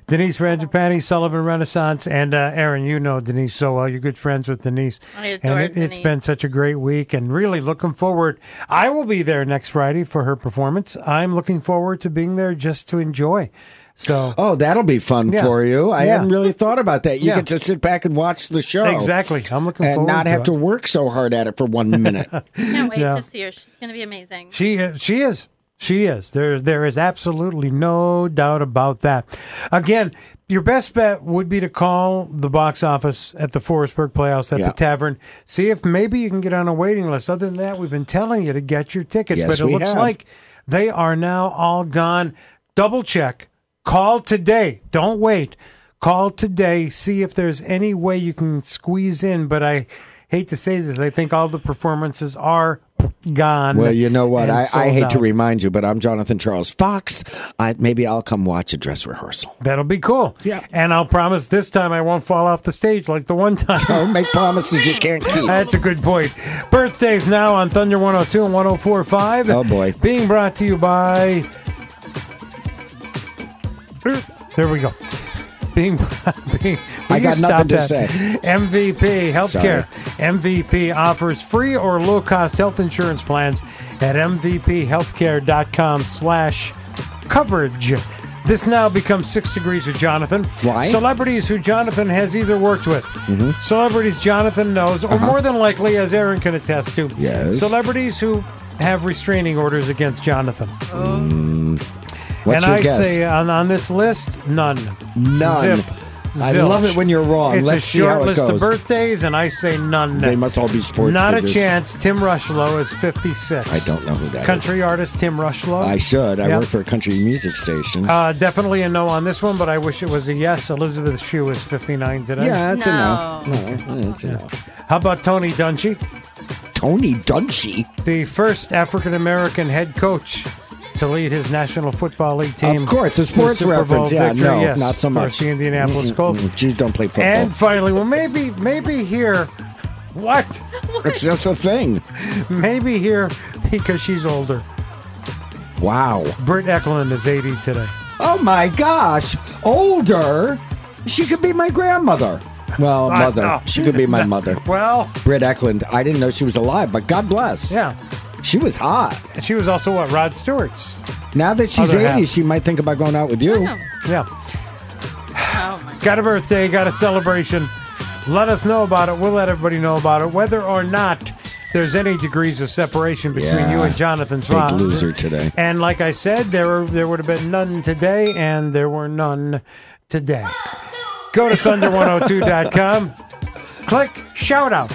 Speaker 4: Denise Frangipani, Sullivan Renaissance, and uh, Aaron, you know Denise so well. You're good friends with Denise.
Speaker 6: I adore
Speaker 4: and it,
Speaker 6: Denise.
Speaker 4: has been such a great week and really looking forward. I will be there next Friday for her performance. I'm looking forward to being there just to enjoy. So
Speaker 5: Oh, that'll be fun
Speaker 4: Yeah.
Speaker 5: for you. I
Speaker 4: Yeah.
Speaker 5: hadn't really thought about that. You
Speaker 4: Yeah.
Speaker 5: get to sit back and watch the show.
Speaker 4: Exactly. I'm looking
Speaker 5: and
Speaker 4: forward
Speaker 5: not
Speaker 4: to
Speaker 5: have
Speaker 4: it.
Speaker 5: to work so hard at it for one minute.
Speaker 6: Can't wait
Speaker 4: Yeah.
Speaker 6: to see her. She's going to be amazing.
Speaker 4: She is. She is. She is. There, there is absolutely no doubt about that. Again, your best bet would be to call the box office at the Forestburg Playhouse at
Speaker 5: Yeah.
Speaker 4: the tavern. See if maybe you can get on a waiting list. Other than that, we've been telling you to get your tickets,
Speaker 5: Yes,
Speaker 4: but it
Speaker 5: we
Speaker 4: looks
Speaker 5: have.
Speaker 4: like they are now all gone. Double check. Call today. Don't wait. Call today. See if there's any way you can squeeze in. But I hate to say this. I think all the performances are gone.
Speaker 5: Well, you know what?
Speaker 4: and
Speaker 5: I, I
Speaker 4: sold
Speaker 5: hate to
Speaker 4: out.
Speaker 5: remind you, but I'm Jonathan Charles Fox. I, maybe I'll come watch a dress rehearsal.
Speaker 4: That'll be cool.
Speaker 5: Yeah.
Speaker 4: And I'll promise this time I won't fall off the stage like the one time.
Speaker 5: Don't make promises you can't keep.
Speaker 4: That's a good point. Birthdays now on Thunder 102 and 1045.
Speaker 5: Oh, boy.
Speaker 4: Being brought to you by. There we go. Being, being
Speaker 5: I got
Speaker 4: will you
Speaker 5: nothing
Speaker 4: stop
Speaker 5: to
Speaker 4: that?
Speaker 5: say.
Speaker 4: MVP Healthcare.
Speaker 5: Sorry.
Speaker 4: MVP offers free or low-cost health insurance plans at mvphealthcare.com slash coverage. This now becomes Six Degrees with Jonathan.
Speaker 5: Why? Mm-hmm.
Speaker 4: Celebrities who Jonathan has either worked with, celebrities Jonathan knows, or more than likely, as Aaron can attest to,
Speaker 5: Uh-huh. Yes.
Speaker 4: celebrities who have restraining orders against Jonathan.
Speaker 5: Oh, Mm. What's
Speaker 4: and
Speaker 5: your guess?
Speaker 4: I say on, on this list, none.
Speaker 5: None.
Speaker 4: Zip.
Speaker 5: I
Speaker 4: Zilch.
Speaker 5: love it when you're wrong.
Speaker 4: It's
Speaker 5: Let's
Speaker 4: a
Speaker 5: see how
Speaker 4: short
Speaker 5: it
Speaker 4: list of
Speaker 5: goes.
Speaker 4: birthdays, and I say none.
Speaker 5: They must all be sports
Speaker 4: Not
Speaker 5: figures.
Speaker 4: a chance. Tim Rushlow is 56.
Speaker 5: I don't know who that is.
Speaker 4: Country artist Tim Rushlow.
Speaker 5: I should. I
Speaker 4: Yeah.
Speaker 5: work for a country music station.
Speaker 4: Uh, definitely a no on this one, but I wish it was a yes. Elizabeth Shue is 59 today.
Speaker 5: yeah, that's
Speaker 6: No.
Speaker 5: enough. No, that's enough.
Speaker 4: How about Tony Dungy,
Speaker 5: Tony Dungy,
Speaker 4: the first African American head coach to lead his National Football League team?
Speaker 5: of course,
Speaker 4: to
Speaker 5: a sports
Speaker 4: Super Bowl
Speaker 5: reference. Yeah,
Speaker 4: victory.
Speaker 5: no,
Speaker 4: Yes,
Speaker 5: not so
Speaker 4: of
Speaker 5: much.
Speaker 4: course, The Indianapolis
Speaker 5: Mm-mm,
Speaker 4: Colts.
Speaker 5: mm, Jews don't play football.
Speaker 4: And finally, well, maybe, maybe here. What?
Speaker 5: it's just a thing.
Speaker 4: Maybe here because she's older.
Speaker 5: Wow.
Speaker 4: Britt Eklund is 80 today.
Speaker 5: Oh my gosh, older. She could be my grandmother. Well,
Speaker 4: I
Speaker 5: mother.
Speaker 4: know.
Speaker 5: She could be my mother.
Speaker 4: Well,
Speaker 5: Britt Eklund. I didn't know she was alive, but God bless.
Speaker 4: yeah.
Speaker 5: She was hot.
Speaker 4: And she was also what? Rod Stewart's.
Speaker 5: Now that she's
Speaker 4: Other
Speaker 5: 80,
Speaker 4: half.
Speaker 5: she might think about going out with you.
Speaker 6: Oh,
Speaker 4: Yeah.
Speaker 6: oh my.
Speaker 4: Got a birthday, got a celebration. Let us know about it. We'll let everybody know about it, whether or not there's any degrees of separation between
Speaker 5: Yeah.
Speaker 4: you and Jonathan
Speaker 5: Big
Speaker 4: Swan.
Speaker 5: loser today.
Speaker 4: And like I said, there were, there would have been none today, and there were none today. Go to thunder102.com, click shout out,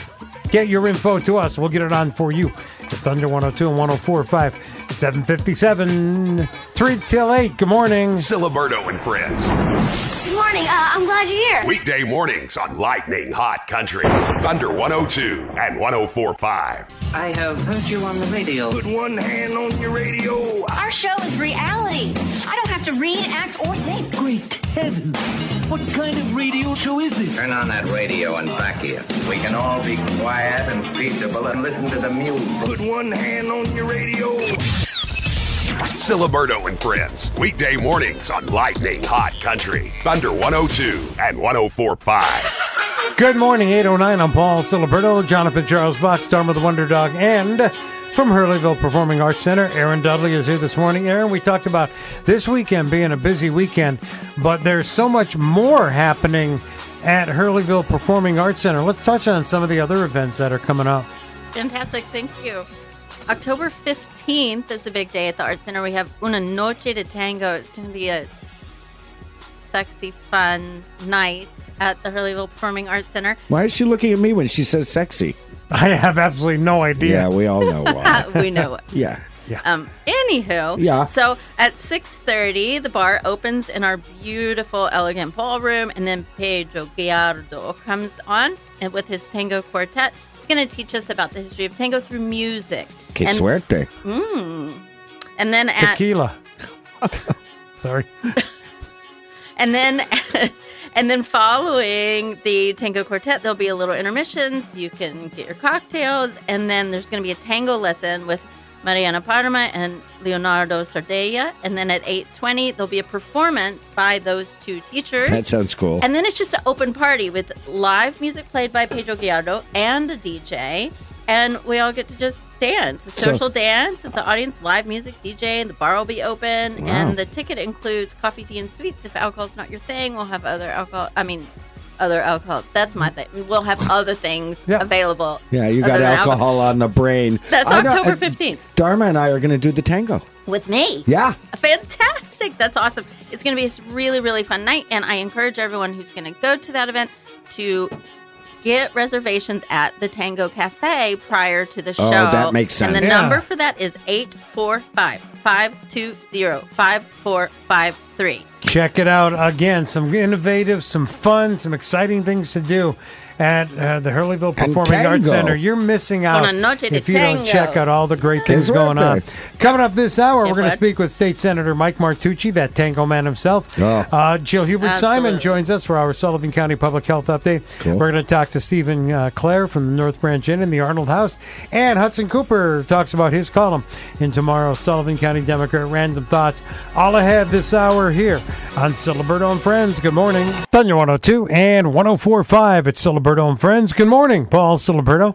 Speaker 4: get your info to us. We'll get it on for you. at Thunder 102 and 1045, 757, 3 till 8. Good morning.
Speaker 3: Siliberto and friends.
Speaker 2: Good morning. Uh, I'm glad you're here.
Speaker 3: Weekday mornings on Lightning Hot Country. Thunder 102 and 1045.
Speaker 12: I have heard you on the radio.
Speaker 3: One hand on your radio.
Speaker 2: Our show is reality. I don't have to read, act, or think.
Speaker 12: Great heavens! What kind of radio show is this?
Speaker 10: Turn on that radio and back here. We can all be quiet and peaceable and listen to the music. Put one hand on your radio.
Speaker 3: Siliberto and friends. Weekday mornings on Lightning Hot Country. Thunder 102 and 1045.
Speaker 4: Good morning, 809. I'm Paul Siliberto, Jonathan Charles Fox, Dharma the Wonder Dog, and from Hurleyville Performing Arts Center, Aaron Dudley is here this morning. Aaron, we talked about this weekend being a busy weekend, but there's so much more happening at Hurleyville Performing Arts Center. Let's touch on some of the other events that are coming up.
Speaker 6: Fantastic. Thank you. October 15th is a big day at the Art Center. We have Una Noche de Tango. It's going to be a sexy, fun night at the Hurleyville Performing Arts Center.
Speaker 5: Why is she looking at me when she says sexy?
Speaker 4: I have absolutely no idea.
Speaker 5: Yeah, we all know why.
Speaker 6: Uh, we know it.
Speaker 5: yeah.
Speaker 6: Um, anywho,
Speaker 5: Yeah.
Speaker 6: So at six thirty, the bar opens in our beautiful, elegant ballroom, and then Pedro Guiardo comes on and with his tango quartet. He's going to teach us about the history of tango through music.
Speaker 5: Que
Speaker 6: and, Mm.
Speaker 5: suerte.
Speaker 6: and then at
Speaker 4: Tequila. Sorry.
Speaker 6: and then And then following the tango quartet, there'll be a little intermissions. You can get your cocktails, and then there's going to be a tango lesson with Mariana Parma and Leonardo Sardella. And then at 8:20, there'll be a performance by those two teachers.
Speaker 5: That sounds cool.
Speaker 6: And then it's just an open party with live music played by Pedro Guiardo and a DJ. And we all get to just dance, a
Speaker 5: So-
Speaker 6: social dance with the audience, live music, DJ, and the bar will be open.
Speaker 5: Wow.
Speaker 6: And the ticket includes coffee, tea, and sweets. If alcohol's not your thing, we'll have other alcohol. I mean, other alcohol. That's my thing. We'll have other things available.
Speaker 5: yeah, you
Speaker 6: other
Speaker 5: got
Speaker 6: than
Speaker 5: alcohol on the brain.
Speaker 6: That's
Speaker 5: I know-
Speaker 6: October
Speaker 5: I-
Speaker 6: 15th
Speaker 5: Dharma and I are going to do the tango.
Speaker 6: with me.
Speaker 5: Yeah.
Speaker 6: Fantastic. That's awesome. It's going to be a really, really fun night. And I encourage everyone who's going to go to that event to get reservations at the Tango Cafe prior to the show.
Speaker 5: Oh, that makes
Speaker 6: And the
Speaker 5: sense. Yeah.
Speaker 6: number for that is 845 520 5453.
Speaker 4: Check it out again. Some innovative, some fun, some exciting things to do at uh, the Hurleyville
Speaker 5: And
Speaker 4: Performing Arts
Speaker 5: tango.
Speaker 4: Center. You're missing out
Speaker 6: Buona notte di
Speaker 4: if you don't
Speaker 6: tango.
Speaker 4: check out all the great
Speaker 5: Che
Speaker 4: things going on. Coming up this hour, we're going to
Speaker 6: what?
Speaker 4: speak with State Senator Mike Martucci, that tango man himself.
Speaker 5: Oh.
Speaker 4: Uh, Jill Hubert Simon
Speaker 6: Absolutely.
Speaker 4: joins us for our Sullivan County Public Health Update.
Speaker 5: Cool.
Speaker 4: We're going to talk to Stephen uh, Clare from the North Branch Inn in the Arnold House. And Hudson Cooper talks about his column in tomorrow's Sullivan County Democrat Random Thoughts. All ahead this hour here on Siliberto and Friends. Good morning. Thunder 102 and 104.5 at Siliberto and Friends. Good morning, Paul Siliberto.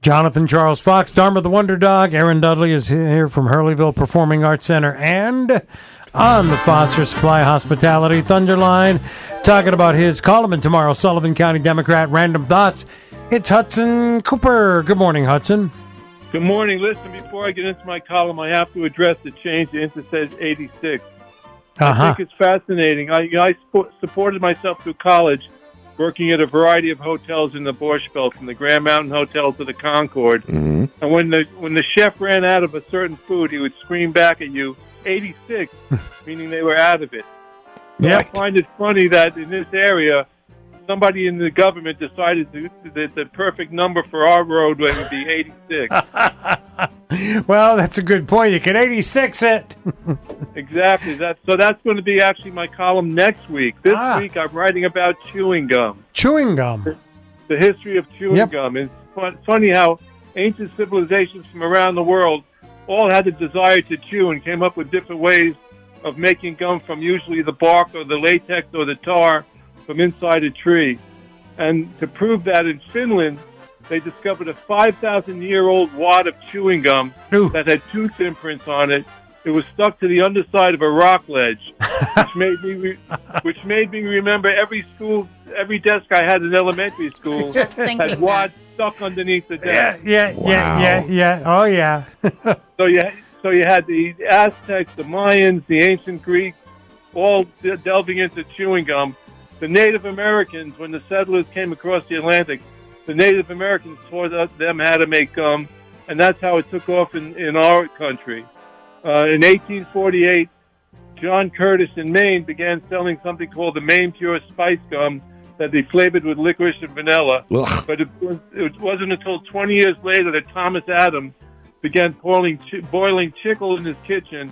Speaker 4: Jonathan Charles Fox, Dharma the Wonder Dog. Aaron Dudley is here from Hurleyville Performing Arts Center and on the Foster Supply Hospitality Thunderline, talking about his column in tomorrow, Sullivan County Democrat Random Thoughts. It's Hudson Cooper. Good morning, Hudson.
Speaker 13: Good morning. Listen, before I get into my column, I have to address the change to Interstate 86.
Speaker 4: Uh-huh.
Speaker 13: I think it's fascinating. I, I spo- supported myself through college, working at a variety of hotels in the Borscht Belt, from the Grand Mountain Hotel to the Concord.
Speaker 4: Mm-hmm.
Speaker 5: Mhm.
Speaker 13: And when the when the chef ran out of a certain food, he would scream back at you, "86," meaning they were out of it. Yeah, I find it funny that in this area, somebody in the government decided to, that the perfect number for our roadway would be 86.
Speaker 4: Uh-huh. Well, that's a good point. You can 86 it.
Speaker 13: Exactly. That so that's going to be actually my column next week. This
Speaker 4: Ah.
Speaker 13: week I'm writing about chewing gum,
Speaker 4: Chewing gum.
Speaker 13: the history of chewing
Speaker 4: Yep.
Speaker 13: gum. It's fun, funny how ancient civilizations from around the world all had the desire to chew and came up with different ways of making gum from usually the bark or the latex or the tar from inside a tree. And to prove that in Finland, they discovered a 5,000 year old wad of chewing gum that had tooth imprints on it. It was stuck to the underside of a rock ledge, which made me re- which made me remember every school, every desk I had in elementary school
Speaker 4: Just thinking
Speaker 13: had
Speaker 4: that.
Speaker 13: wads stuck underneath the desk.
Speaker 4: Yeah, yeah, yeah, yeah. Oh, yeah.
Speaker 13: So you so you had the Aztecs, the Mayans, the ancient Greeks, all de- delving into chewing gum. The Native Americans, when the settlers came across the Atlantic, the Native Americans taught us- them how to make gum, and that's how it took off in, in our country. Uh, in 1848, John Curtis in Maine began selling something called the Maine Pure Spice Gum that they flavored with licorice and vanilla.
Speaker 5: Ugh.
Speaker 13: But it, was, it wasn't until 20 years later that Thomas Adams began boiling, chi- boiling chicle in his kitchen.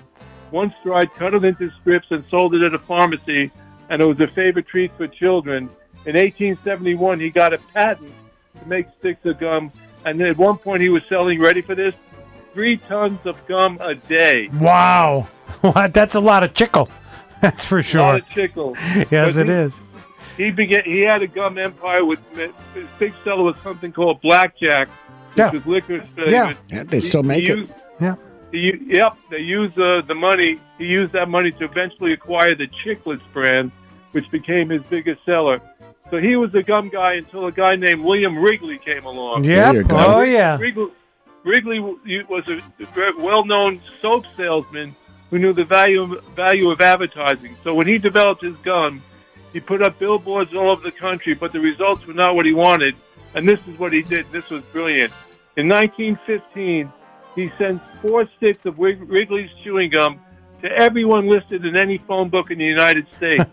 Speaker 13: Once dried, cut it into strips and sold it at a pharmacy, and it was a favorite treat for children. In 1871, he got a patent to make sticks of gum, and at one point he was selling, ready for this, three tons of gum a day.
Speaker 4: Wow. What? That's a lot of chickle. That's for
Speaker 13: A lot
Speaker 4: sure.
Speaker 13: of chicle.
Speaker 4: Yes,
Speaker 13: But
Speaker 4: it
Speaker 13: he-
Speaker 4: is.
Speaker 13: He began. He had a gum empire with his big seller was something called blackjack, which
Speaker 5: Yeah.
Speaker 13: was uh, liquor.
Speaker 5: Yeah. Yeah, they still make it.
Speaker 4: Yeah.
Speaker 13: He, u- yep, they used uh, the money. He used that money to eventually acquire the Chicklets brand, which became his biggest seller. So he was a gum guy until a guy named William Wrigley came along.
Speaker 4: Yep. There you go.
Speaker 13: Now,
Speaker 4: Oh,
Speaker 13: Wrig-
Speaker 4: yeah.
Speaker 13: Wrigley, Wrigley w- you- was a very well-known soap salesman who knew the value value of advertising. So when he developed his gum, he put up billboards all over the country, but the results were not what he wanted. And this is what he did. This was brilliant. In 1915, he sends four sticks of Wrig- Wrigley's chewing gum to everyone listed in any phone book in the United States.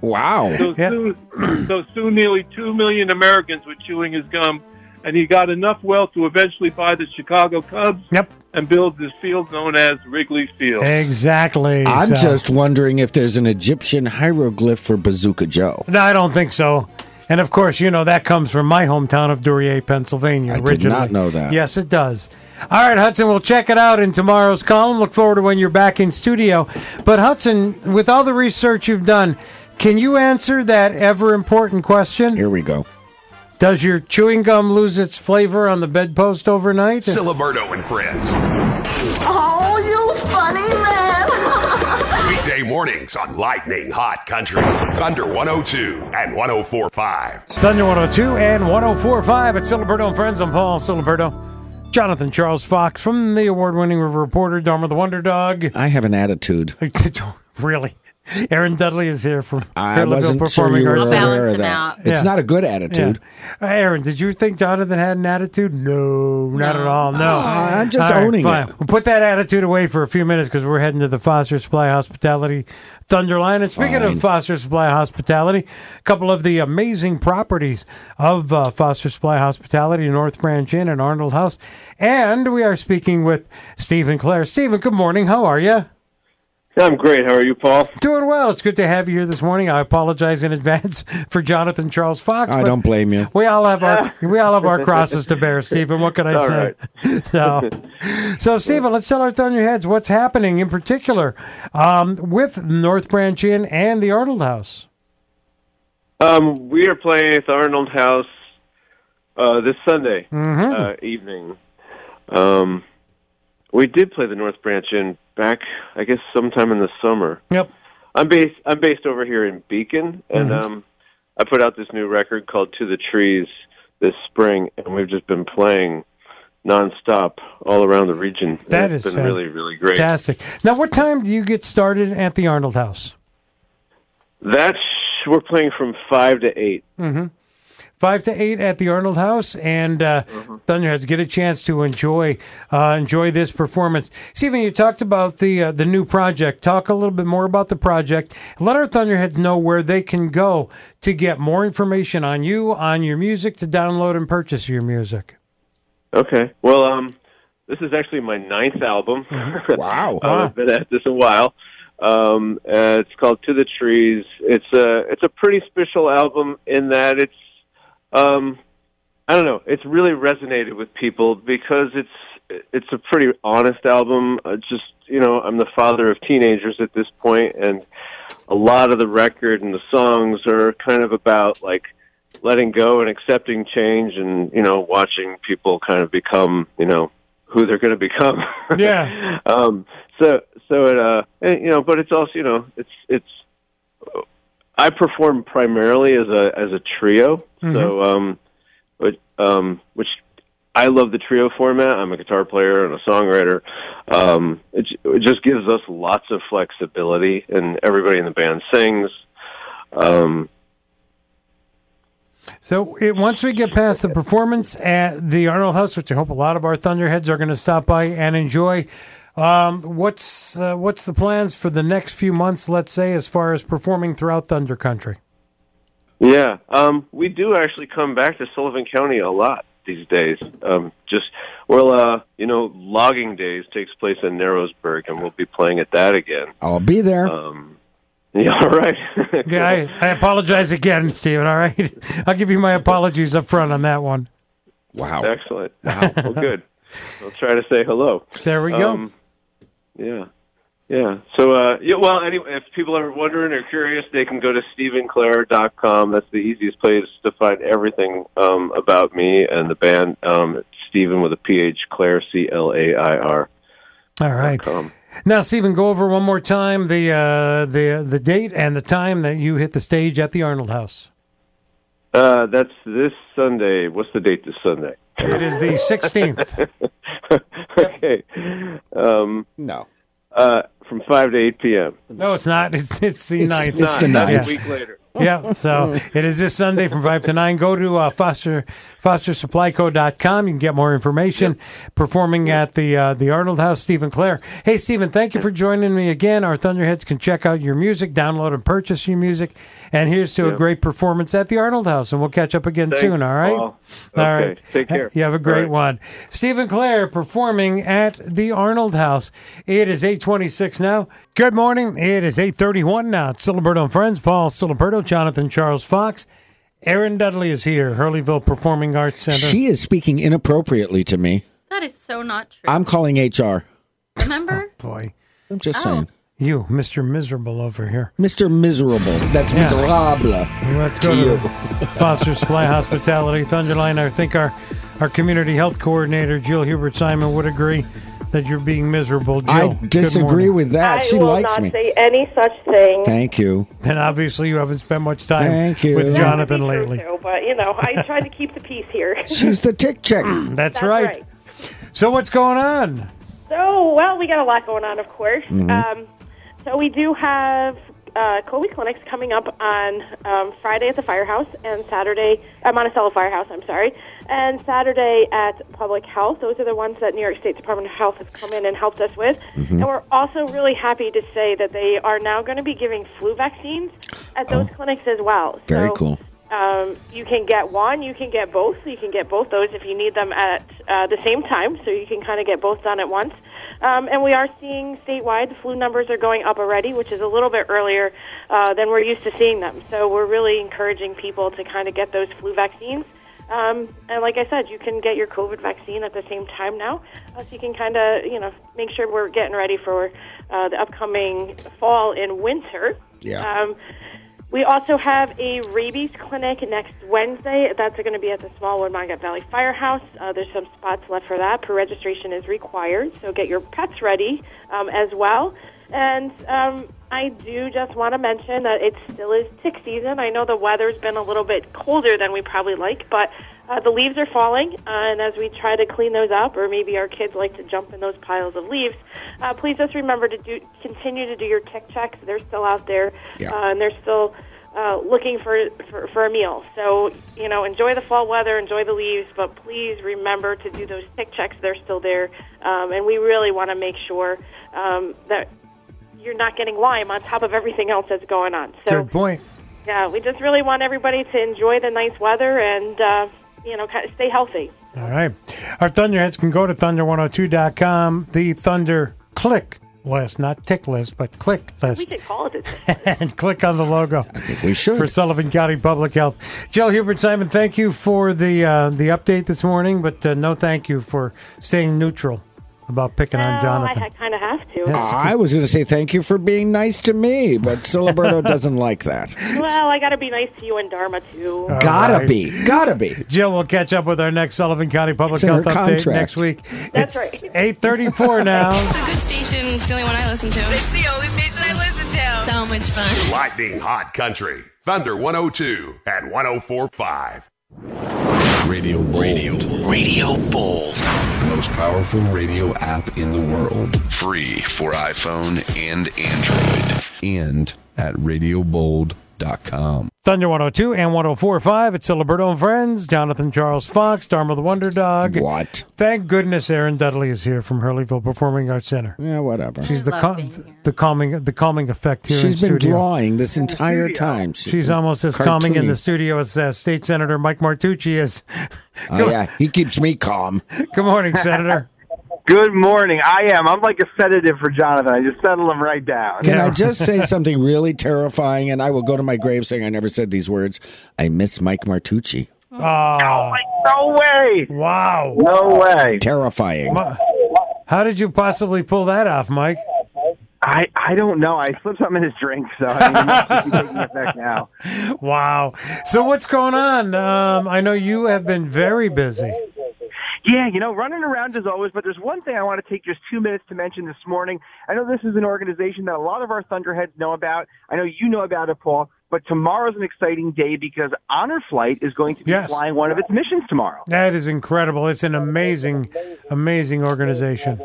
Speaker 5: Wow.
Speaker 13: So soon, so soon, nearly two million Americans were chewing his gum, and he got enough wealth to eventually buy the Chicago Cubs
Speaker 4: yep.
Speaker 13: and build this field known as Wrigley Field.
Speaker 4: Exactly.
Speaker 5: I'm
Speaker 4: so-
Speaker 5: just wondering if there's an Egyptian hieroglyph for Bazooka Joe.
Speaker 4: No, I don't think so. And of course, you know that comes from my hometown of Duryea, Pennsylvania.
Speaker 5: I
Speaker 4: originally.
Speaker 5: did not know that.
Speaker 4: Yes, it does. All right, Hudson, we'll check it out in tomorrow's column. Look forward to when you're back in studio. But Hudson, with all the research you've done, can you answer that ever important question? Here
Speaker 5: we go.
Speaker 4: Does your chewing gum lose its flavor on the bedpost overnight?
Speaker 3: Siliberto and Friends.
Speaker 1: Oh, you funny man.
Speaker 3: Weekday mornings on Lightning Hot Country. Thunder 102 and 1045.
Speaker 4: Thunder 102 and 1045 at Siliberto and Friends. I'm Paul Siliberto. Jonathan Charles Fox from the award winning River Reporter, Dharma the Wonder Dog.
Speaker 5: I have an attitude.
Speaker 4: really? Aaron Dudley is here from
Speaker 5: I
Speaker 4: Fairliville
Speaker 5: wasn't sure
Speaker 4: Performing
Speaker 5: you were
Speaker 4: Arts Center.
Speaker 5: aware of that. It's
Speaker 4: Yeah.
Speaker 5: not a good attitude.
Speaker 4: Yeah. Uh, Aaron, did you think Jonathan had an attitude? No, not at all. No,
Speaker 5: Aw, Oh, I'm just
Speaker 4: All right,
Speaker 5: owning
Speaker 4: fine.
Speaker 5: it.
Speaker 4: We'll put that attitude away for a few minutes because we're heading to the Foster Supply Hospitality Thunderline. And speaking
Speaker 5: Fine.
Speaker 4: of Foster Supply Hospitality, a couple of the amazing properties of uh, Foster Supply Hospitality, North Branch Inn and Arnold House, and we are speaking with Stephen Clare. Stephen, good morning. How are you?
Speaker 14: I'm great. How are you, Paul?
Speaker 4: Doing well. It's good to have you here this morning. I apologize in advance for Jonathan Charles Fox.
Speaker 5: I
Speaker 4: but
Speaker 5: don't blame you.
Speaker 4: We all have our we all have our crosses to bear, Stephen. What can I
Speaker 5: All
Speaker 4: say? So, so Stephen, let's tell our thunderheads what's happening in particular um, with North Branch Inn and the Arnold House.
Speaker 14: Um, we are playing at the Arnold House uh, this Sunday
Speaker 4: Mhm.
Speaker 14: uh, evening. Um, we did play the North Branch Inn back, I guess, sometime in the summer.
Speaker 4: Yep. Mm-hmm.
Speaker 14: I'm based. I'm based over here in Beacon, and
Speaker 15: Mhm.
Speaker 14: um, I put out this new record called "To the Trees" this spring, and we've just been playing nonstop all around the region. and
Speaker 4: That
Speaker 14: it's
Speaker 4: is
Speaker 14: been really, really great.
Speaker 4: Fantastic. Now, what time do you get started at the Arnold House?
Speaker 14: That's we're playing from five to eight.
Speaker 4: Mm-hmm. Five to eight at the Arnold House, and uh, Thunderheads get a chance to enjoy uh, enjoy this performance. Stephen, you talked about the uh, the new project. Talk a little bit more about the project. Let our Thunderheads know where they can go to get more information on you, on your music, to download and purchase your music.
Speaker 14: Okay. Well, um, this is actually my ninth album.
Speaker 5: wow.
Speaker 14: I've been at this a while. Um, uh, it's called To the Trees. It's a it's a pretty special album in that it's um, I don't know. It's really resonated with people because it's it's a pretty honest album. Uh, just you know, I'm the father of teenagers at this point, and a lot of the record and the songs are kind of about like letting go and accepting change, and you know, watching people kind of become you know who they're going to become.
Speaker 4: Yeah.
Speaker 14: um. So so it uh and, you know, but it's also you know it's it's I perform primarily as a as a trio. So
Speaker 5: Mm-hmm.
Speaker 14: um, which um, which I love the trio format. I'm a guitar player and a songwriter. Um, it, j- it just gives us lots of flexibility, and everybody in the band sings. Um,
Speaker 4: So it, once we get past the performance at the Arnold House, which I hope a lot of our Thunderheads are going to stop by and enjoy, um, what's uh, what's the plans for the next few months? Let's say as far as performing throughout Thunder Country.
Speaker 14: Yeah, um, we do actually come back to Sullivan County a lot these days. Um, just well, uh, you know, logging days takes place in Narrowsburg, and we'll be playing at that again.
Speaker 5: I'll be there.
Speaker 14: Um, yeah, all right.
Speaker 4: Yeah, I, I apologize again, Stephen. All right, I'll give you my apologies up front on that one.
Speaker 5: Wow.
Speaker 14: Excellent. Wow. well, good. I'll try to say hello.
Speaker 4: There we go.
Speaker 14: Um, yeah. Yeah. So, uh, yeah, well, anyway, if people are wondering or curious, they can go to stephenclair.com. That's the easiest place to find everything um, about me and the band. Um, it's Stephen with a PH, Claire, C L A I R.
Speaker 4: All right.
Speaker 14: com.
Speaker 4: Now, Stephen, go over one more time the uh, the the date and the time that you hit the stage at the Arnold House.
Speaker 14: Uh, that's this Sunday. What's the date this Sunday?
Speaker 4: It is the 16th.
Speaker 14: okay. Um,
Speaker 5: no.
Speaker 14: Uh, from 5 to 8 p.m.
Speaker 4: No, it's not. It's it's the
Speaker 14: It's-
Speaker 4: ninth.
Speaker 14: it's the It's not. ninth. A week later.
Speaker 4: yeah. So it is this Sunday from 5 to 9. Go to uh, Foster, fostersupplyco.com. You can get more information. Performing at the uh, the Arnold House, Stephen Clare. Hey, Stephen, thank you for joining me again. Our Thunderheads can check out your music, download and purchase your music. And here's to a
Speaker 15: Yeah.
Speaker 4: great performance at the Arnold House. And we'll catch up again
Speaker 15: Thanks,
Speaker 4: soon, all right?
Speaker 15: Paul. Okay, take care.
Speaker 4: You have a
Speaker 15: All
Speaker 4: great
Speaker 15: right.
Speaker 4: one. Stephen Clare performing at the Arnold House. It is 826 now. Good morning. It is 831 now. It's Siliberto and Friends. Paul Siliberto, Jonathan Charles Fox. Aaron Dudley is here, Hurleyville Performing Arts Center.
Speaker 5: She is speaking inappropriately to me.
Speaker 6: That is so not true.
Speaker 5: I'm calling HR.
Speaker 6: Remember?
Speaker 4: Boy.
Speaker 5: I'm just saying.
Speaker 4: You, Mr. Miserable over here.
Speaker 5: Mr. Miserable. That's
Speaker 4: Yeah.
Speaker 5: miserable.
Speaker 4: Let's go to, the Foster Supply Hospitality Thunderline. I think our, our community health coordinator, Jill Hubert Simon, would agree that you're being miserable. Jill,
Speaker 5: I
Speaker 4: good
Speaker 5: disagree
Speaker 4: morning.
Speaker 5: with that.
Speaker 16: I
Speaker 5: she
Speaker 16: will
Speaker 5: likes
Speaker 16: not
Speaker 5: me.
Speaker 16: say any such thing.
Speaker 5: Thank you.
Speaker 4: And obviously, you haven't spent much time
Speaker 5: Thank you.
Speaker 4: with
Speaker 5: That would
Speaker 4: Jonathan lately.
Speaker 16: No, but you know, I try to keep the peace here.
Speaker 5: She's the tick chick.
Speaker 16: Mm.
Speaker 4: That's, right. So what's going on?
Speaker 16: So, well, we got a lot going on, of course. Um, so we do have uh, Colby clinics coming up on um, Friday at the firehouse and Saturday at Monticello Firehouse. I'm sorry, and Saturday at Public Health. Those are the ones that New York State Department of Health has come in and helped us with. And we're also really happy to say that they are now going to be giving flu vaccines at those clinics as well.
Speaker 5: Very
Speaker 16: so,
Speaker 5: cool.
Speaker 16: Um, you can get one, you can get both, you can get both those if you need them at uh, the same time, so you can kind of get both done at once. Um, and we are seeing statewide the flu numbers are going up already, which is a little bit earlier uh, than we're used to seeing them. So we're really encouraging people to kind of get those flu vaccines. Um, and like I said, you can get your COVID vaccine at the same time now, uh, so you can kind of you know make sure we're getting ready for uh, the upcoming fall and winter.
Speaker 1: Yeah.
Speaker 16: Um, we also have a rabies clinic next Wednesday. That's going to be at the Smallwood Mongat Valley Firehouse. Uh, there's some spots left for that. Pre-registration is required, so get your pets ready um, as well. And um, I do just want to mention that it still is tick season. I know the weather's been a little bit colder than we probably like, but uh, the leaves are falling, uh, and as we try to clean those up, or maybe our kids like to jump in those piles of leaves, uh, please just remember to do continue to do your tick checks. They're still out there, uh, and they're still uh, looking for, for for a meal. So you know, enjoy the fall weather, enjoy the leaves, but please remember to do those tick checks. They're still there, um, and we really want to make sure um, that you're not getting Lyme on top of everything else that's going on. So
Speaker 4: Good point.
Speaker 16: yeah, we just really want everybody to enjoy the nice weather and, uh, you know, kind of stay healthy.
Speaker 4: All right. Our Thunderheads can go to thunder102.com, the Thunder click list, not tick list, but click list.
Speaker 16: We should call
Speaker 4: Mm-hmm.
Speaker 16: it a
Speaker 4: and click on the logo. I
Speaker 5: think we should.
Speaker 4: For Sullivan County Public Health. Jill Hubert Simon, thank you for the uh, the update this morning, but uh, no thank you for staying neutral about picking on Jonathan.
Speaker 16: I kind of have to.
Speaker 5: I was going to say thank you for being nice to me, but Siliberto doesn't like that.
Speaker 16: well, I got to be nice to you and Dharma, too.
Speaker 4: All
Speaker 5: gotta
Speaker 4: right.
Speaker 5: be. Gotta be.
Speaker 4: Jill, we'll catch up with our next Sullivan County Public
Speaker 5: It's in
Speaker 4: Health
Speaker 5: her
Speaker 4: update
Speaker 5: contract.
Speaker 4: next week. it's 834 now.
Speaker 17: It's a good station. It's the only one I listen to. It's the only station I listen to. So much fun.
Speaker 3: Lightning Hot Country, Thunder 102 and 1045.
Speaker 10: Radio Bold. Radio, radio Bold. Most powerful radio app in the world. Free for iPhone and Android. And at radiobold.com.
Speaker 4: Thunder 102 and 1045. It's Siliberto and Friends, Jonathan Charles Fox, Dharma the Wonder Dog.
Speaker 5: What?
Speaker 4: Thank goodness Aaron Dudley is here from Hurleyville Performing Arts Center.
Speaker 5: Yeah, whatever.
Speaker 4: She's the, cal- the calming the calming effect here
Speaker 5: She's
Speaker 4: in
Speaker 5: been
Speaker 4: studio.
Speaker 5: drawing this entire time. She-
Speaker 4: She's almost as calming in
Speaker 5: cartoony.
Speaker 4: the studio as uh, State Senator Mike Martucci is.
Speaker 5: Oh, yeah. He keeps me calm.
Speaker 4: Good morning, Senator.
Speaker 18: Good morning. I am. I'm like a sedative for Jonathan. I just settle him right down.
Speaker 5: Can I just say something really terrifying? And I will go to my grave saying I never said these words. I miss Mike Martucci.
Speaker 4: Oh,
Speaker 18: no way!
Speaker 4: Wow!
Speaker 18: No way!
Speaker 5: Terrifying.
Speaker 4: Ma- How did you possibly pull that off, Mike?
Speaker 18: I, I don't know. I slipped something in his drink, so I mean, it's just taking effect now.
Speaker 4: Wow. So what's going on? Um, I know you have been very busy.
Speaker 18: Yeah, you know, running around as always, but there's one thing I want to take just two minutes to mention this morning. I know this is an organization that a lot of our Thunderheads know about. I know you know about it, Paul, but tomorrow's an exciting day because Honor Flight is going to be
Speaker 4: Yes.
Speaker 18: flying one of its missions tomorrow.
Speaker 4: That is incredible. It's an amazing, amazing organization.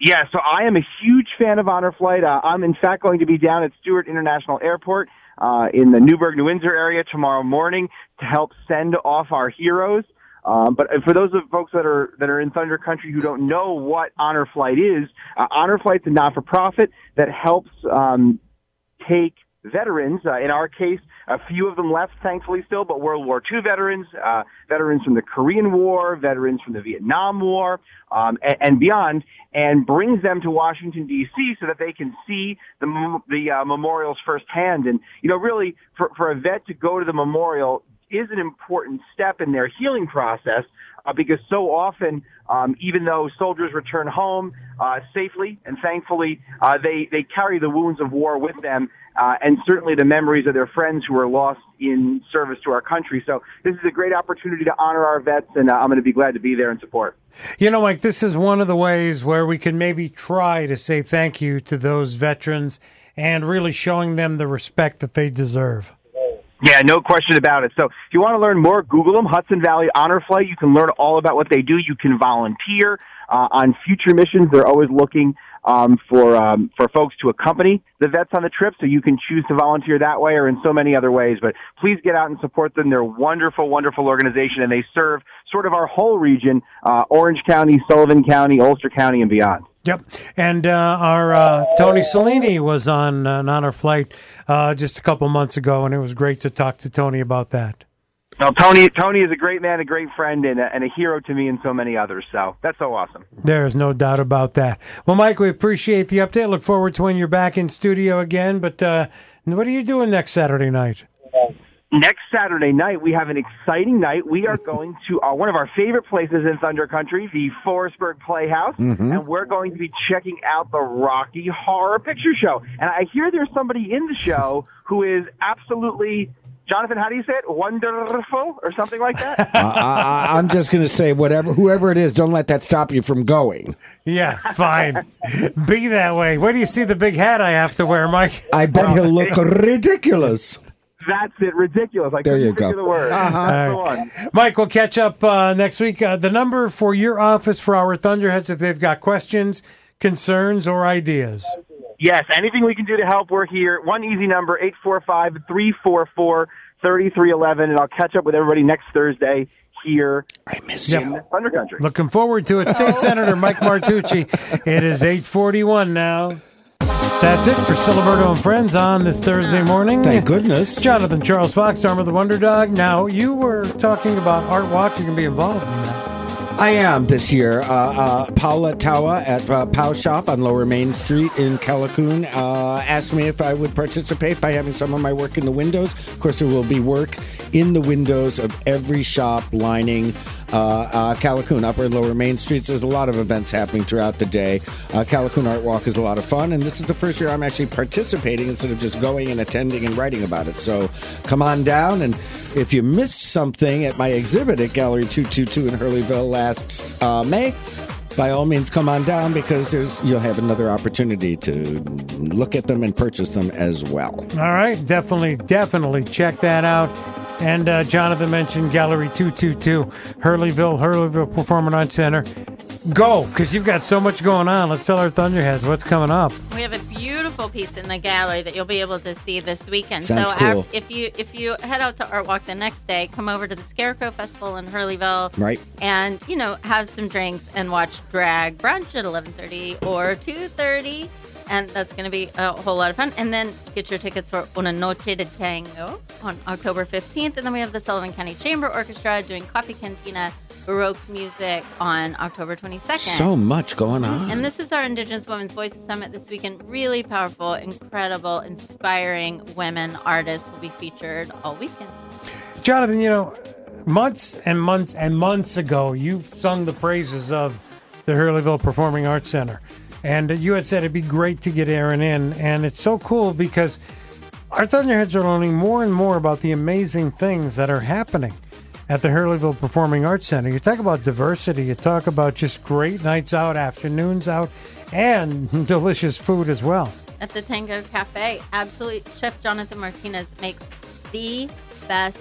Speaker 18: Yeah, so I am a huge fan of Honor Flight. Uh, I'm in fact going to be down at Stewart International Airport. uh, in the Newburgh, New Windsor area tomorrow morning to help send off our heroes. Um, but for those of folks that are that are in Thunder Country who don't know what Honor Flight is, uh, Honor Flight's a not-for-profit that helps um, take veterans. Uh, in our case, a few of them left, thankfully, still, but World War II veterans, uh, veterans from the Korean War, veterans from the Vietnam War, um, and, and beyond, and brings them to Washington D.C. so that they can see the mem- the uh, memorials firsthand. And you know, really, for, for a vet to go to the memorial is an important step in their healing process uh, because so often, um, even though soldiers return home uh, safely and thankfully, uh, they, they carry the wounds of war with them uh, and certainly the memories of their friends who were lost in service to our country. So this is a great opportunity to honor our vets, and uh, I'm going to be glad to be there and support.
Speaker 4: You know, Mike, this is one of the ways where we can maybe try to say thank you to those veterans and really showing them the respect that they deserve.
Speaker 18: Yeah, no question about it. So if you want to learn more, Google them, Hudson Valley Honor Flight. You can learn all about what they do. You can volunteer uh, on future missions. They're always looking um, for um, for folks to accompany the vets on the trip, so you can choose to volunteer that way or in so many other ways. But please get out and support them. They're a wonderful, wonderful organization, and they serve sort of our whole region: uh, Orange County, Sullivan County, Ulster County, and beyond.
Speaker 4: Yep. And uh, our uh, Tony Cellini was on uh, an honor flight uh, just a couple months ago, and it was great to talk to Tony about that.
Speaker 18: Now, Tony, Tony is a great man, a great friend, and a, and a hero to me and so many others. So that's so awesome.
Speaker 4: There is no doubt about that. Well, Mike, we appreciate the update. Look forward to when you're back in studio again. But uh, what are you doing next Saturday night?
Speaker 18: Next Saturday night, we have an exciting night. We are going to uh, one of our favorite places in Thunder Country, the Forestburg Playhouse,
Speaker 5: Mm-hmm.
Speaker 1: Mhm.
Speaker 18: and we're going to be checking out the Rocky Horror Picture Show. And I hear there's somebody in the show who is absolutely, Jonathan, how do you say it? Wonderful or something like that?
Speaker 5: I, I, I- I'm just going to say whatever, whoever it is, don't let that stop you from going.
Speaker 4: Yeah, fine. Be that way. Where do you see the big hat I have to wear, Mike?
Speaker 5: I bet he'll look ridiculous.
Speaker 18: That's it. Ridiculous. I
Speaker 5: There
Speaker 18: couldn't
Speaker 5: you
Speaker 18: think
Speaker 5: go.
Speaker 18: of the word.
Speaker 5: Uh-huh.
Speaker 18: That's the
Speaker 4: All
Speaker 18: one.
Speaker 4: right. Mike, we'll catch up uh, next week. Uh, the number for your office for our Thunderheads if they've got questions, concerns, or ideas.
Speaker 18: Yes, anything we can do to help, we're here. One easy number, eight four five three four four thirty three eleven, and I'll catch up with everybody next Thursday here.
Speaker 5: I miss
Speaker 4: Yep.
Speaker 18: you. Thunder Country.
Speaker 4: Looking forward to it. State Senator Mike Martucci. It is 841 now. That's it for Siliberto and Friends on this Thursday morning. Thank
Speaker 5: goodness.
Speaker 4: Jonathan Charles Fox, Arm of the Wonder Dog. Now, you were talking about Art Walk. You can be involved in that.
Speaker 5: I am this year. Uh, uh, Paula Tawa at uh, Pow Shop on Lower Main Street in Calicoon uh, asked me if I would participate by having some of my work in the windows. Of course, there will be work in the windows of every shop lining uh, uh, Calicoon, Upper and Lower Main Streets. There's a lot of events happening throughout the day. Uh, Calicoon Art Walk is a lot of fun, and this is the first year I'm actually participating instead of just going and attending and writing about it. So come on down, and if you missed something at my exhibit at Gallery 222 in Hurleyville last uh, May, by all means come on down because there's you'll have another opportunity to look at them and purchase them as well.
Speaker 4: All right, definitely, definitely check that out. And uh, Jonathan mentioned Gallery 222, Hurleyville, Hurleyville Performing Arts Center. Go, because you've got so much going on. Let's tell our Thunderheads what's coming up.
Speaker 6: We have a beautiful piece in the gallery that you'll be able to see this weekend.
Speaker 4: Sounds
Speaker 6: so
Speaker 4: cool.
Speaker 6: af- if you if you head out to Art Walk the next day, come over to the Scarecrow Festival in Hurleyville.
Speaker 5: Right.
Speaker 6: And, you know, have some drinks and watch drag brunch at 11:30 or 2:30. And that's going to be a whole lot of fun. And then get your tickets for Una Noche de Tango on October 15th. And then we have the Sullivan County Chamber Orchestra doing Coffee Cantina Baroque music on October 22nd.
Speaker 5: So much going on.
Speaker 6: And this is our Indigenous Women's Voices Summit this weekend. Really powerful, incredible, inspiring women artists will be featured all weekend.
Speaker 4: Jonathan, you know, months and months and months ago, you sung the praises of the Hurleyville Performing Arts Center. And you had said it'd be great to get Aaron in. And it's so cool because our Thunderheads are learning more and more about the amazing things that are happening at the Hurleyville Performing Arts Center. You talk about diversity, you talk about just great nights out, afternoons out, and delicious food as well.
Speaker 6: At the Tango Cafe, absolutely, Chef Jonathan Martinez makes the best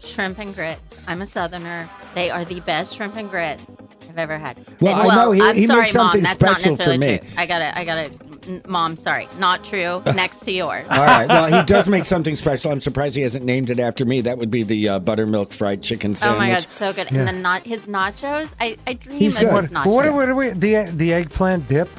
Speaker 6: shrimp and grits. I'm a Southerner. They are the best shrimp and grits I've ever had.
Speaker 5: Well, I know he-
Speaker 6: I'm
Speaker 5: he made
Speaker 6: sorry,
Speaker 5: something
Speaker 6: Mom. That's
Speaker 5: special
Speaker 6: not
Speaker 5: for
Speaker 6: necessarily
Speaker 5: me.
Speaker 6: True. I gotta, I gotta N- Mom, sorry, not true. Next to yours.
Speaker 5: All right. Well, he does make something special. I'm surprised he hasn't named it after me. That would be the uh, buttermilk fried chicken
Speaker 6: Oh my
Speaker 5: sandwich.
Speaker 6: god, so good!
Speaker 5: Yeah.
Speaker 6: And the not his nachos, I, I dream
Speaker 5: He's
Speaker 6: of
Speaker 5: good.
Speaker 6: his
Speaker 4: What,
Speaker 6: nachos.
Speaker 4: what, what, what, the the eggplant dip?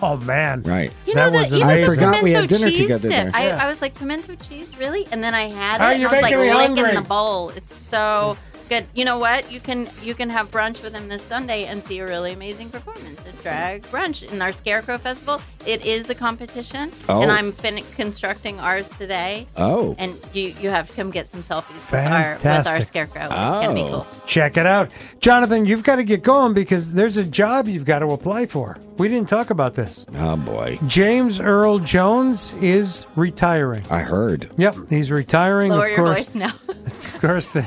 Speaker 4: Oh man,
Speaker 5: right.
Speaker 6: you know, the, even
Speaker 5: I
Speaker 6: the
Speaker 5: forgot we had
Speaker 6: pimento
Speaker 5: dinner
Speaker 6: cheese
Speaker 5: together
Speaker 6: dip.
Speaker 5: there.
Speaker 6: I, I was like, pimento cheese, really? And then I had it,
Speaker 5: Ah,
Speaker 6: and
Speaker 5: you're
Speaker 6: I was like
Speaker 5: making me
Speaker 6: licking
Speaker 5: hungry.
Speaker 6: the bowl. It's so good. You know what? You can you can have brunch with him this Sunday and see a really amazing performance at drag brunch in our Scarecrow Festival. It is a competition,
Speaker 5: Oh.
Speaker 6: and I'm fin- constructing ours today.
Speaker 5: Oh.
Speaker 6: and you you have to come get some selfies with our with our
Speaker 4: Fantastic.
Speaker 6: scarecrow. It's
Speaker 5: Oh.
Speaker 6: gonna be cool.
Speaker 4: Check it out. Jonathan, you've got to get going because there's a job you've got to apply for. We didn't talk about this.
Speaker 5: Oh boy.
Speaker 4: James Earl Jones is retiring.
Speaker 5: I heard.
Speaker 4: Yep, he's retiring.
Speaker 6: Lower
Speaker 4: of
Speaker 6: your
Speaker 4: course,
Speaker 6: voice now.
Speaker 4: of course, the,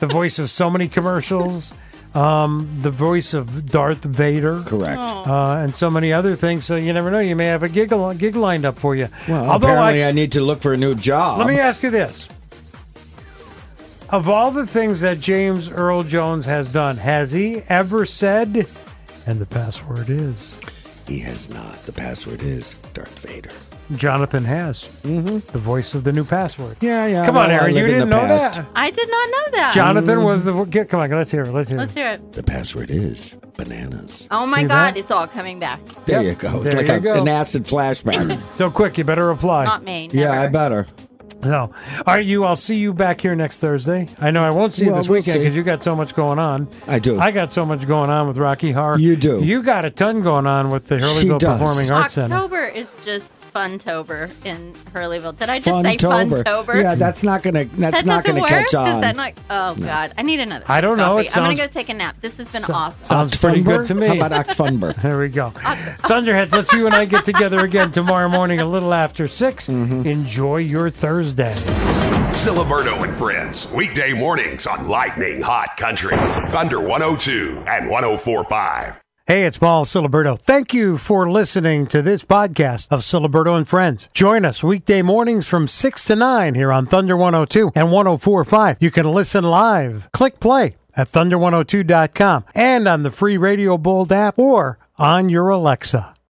Speaker 4: the voice of so many commercials, um, the voice of Darth Vader,
Speaker 5: correct,
Speaker 4: uh, and so many other things. So you never know; you may have a gig al- gig lined up for you.
Speaker 5: Well,
Speaker 4: Although I
Speaker 5: apparently I, need to look for a new job.
Speaker 4: let me ask you this. Of all the things that James Earl Jones has done, has he ever said, and the password is?
Speaker 5: He has not. The password is Darth Vader.
Speaker 4: Jonathan has. The voice of the new password.
Speaker 5: Mm-hmm. Yeah, yeah.
Speaker 4: Come on,
Speaker 5: well, I
Speaker 4: Aaron. You
Speaker 5: live in the
Speaker 4: didn't know
Speaker 5: past. Mm-hmm.
Speaker 4: that?
Speaker 6: I did not know that.
Speaker 4: Jonathan was the. vo- Get, come on, let's hear it. Let's hear
Speaker 6: Let's
Speaker 4: it.
Speaker 6: hear it.
Speaker 5: The password is bananas.
Speaker 6: Oh my
Speaker 4: See
Speaker 6: God,
Speaker 4: that?
Speaker 6: it's all coming back.
Speaker 5: There you go. It's
Speaker 4: There
Speaker 5: like
Speaker 4: you
Speaker 5: a-
Speaker 4: go.
Speaker 5: an acid flashback.
Speaker 4: So quick, you better apply.
Speaker 6: Not me.
Speaker 5: yeah, I better.
Speaker 4: No. All right, you. I'll see you back here next Thursday. I know I won't see you
Speaker 5: Well,
Speaker 4: this
Speaker 5: we'll
Speaker 4: weekend
Speaker 5: see.
Speaker 4: because you got so much going on.
Speaker 5: I do.
Speaker 4: I got so much going on with Rocky Horror. You
Speaker 5: do.
Speaker 4: You got a ton going on with the
Speaker 5: She
Speaker 4: Hurleyville
Speaker 5: does.
Speaker 4: Performing Arts Center.
Speaker 6: October is just Funtober in Hurleyville. Did I just say
Speaker 5: Funtober.
Speaker 6: Funtober?
Speaker 5: Yeah, that's not gonna. That's
Speaker 6: that
Speaker 5: not
Speaker 6: doesn't
Speaker 5: gonna
Speaker 6: work.
Speaker 5: catch on.
Speaker 6: Does that not? Oh God, I need another.
Speaker 4: I don't know.
Speaker 6: coffee.
Speaker 4: It
Speaker 6: I'm
Speaker 4: sounds-
Speaker 6: gonna go take a nap. This has been
Speaker 4: So-
Speaker 6: awesome.
Speaker 4: Sounds pretty good to me.
Speaker 5: How about October?
Speaker 4: there we go. Thunderheads, let's you and I get together again tomorrow morning a little after 6
Speaker 5: Mm-hmm.
Speaker 4: Enjoy your Thursday.
Speaker 3: Siliberto and Friends, weekday mornings on Lightning Hot Country, Thunder 102 and 1045.
Speaker 4: Hey, it's Paul Siliberto. Thank you for listening to this podcast of Siliberto and Friends. Join us weekday mornings from 6 to 9 here on Thunder 102 and 1045. You can listen live. Click play at thunder102.com and on the free Radio Bold app or on your Alexa.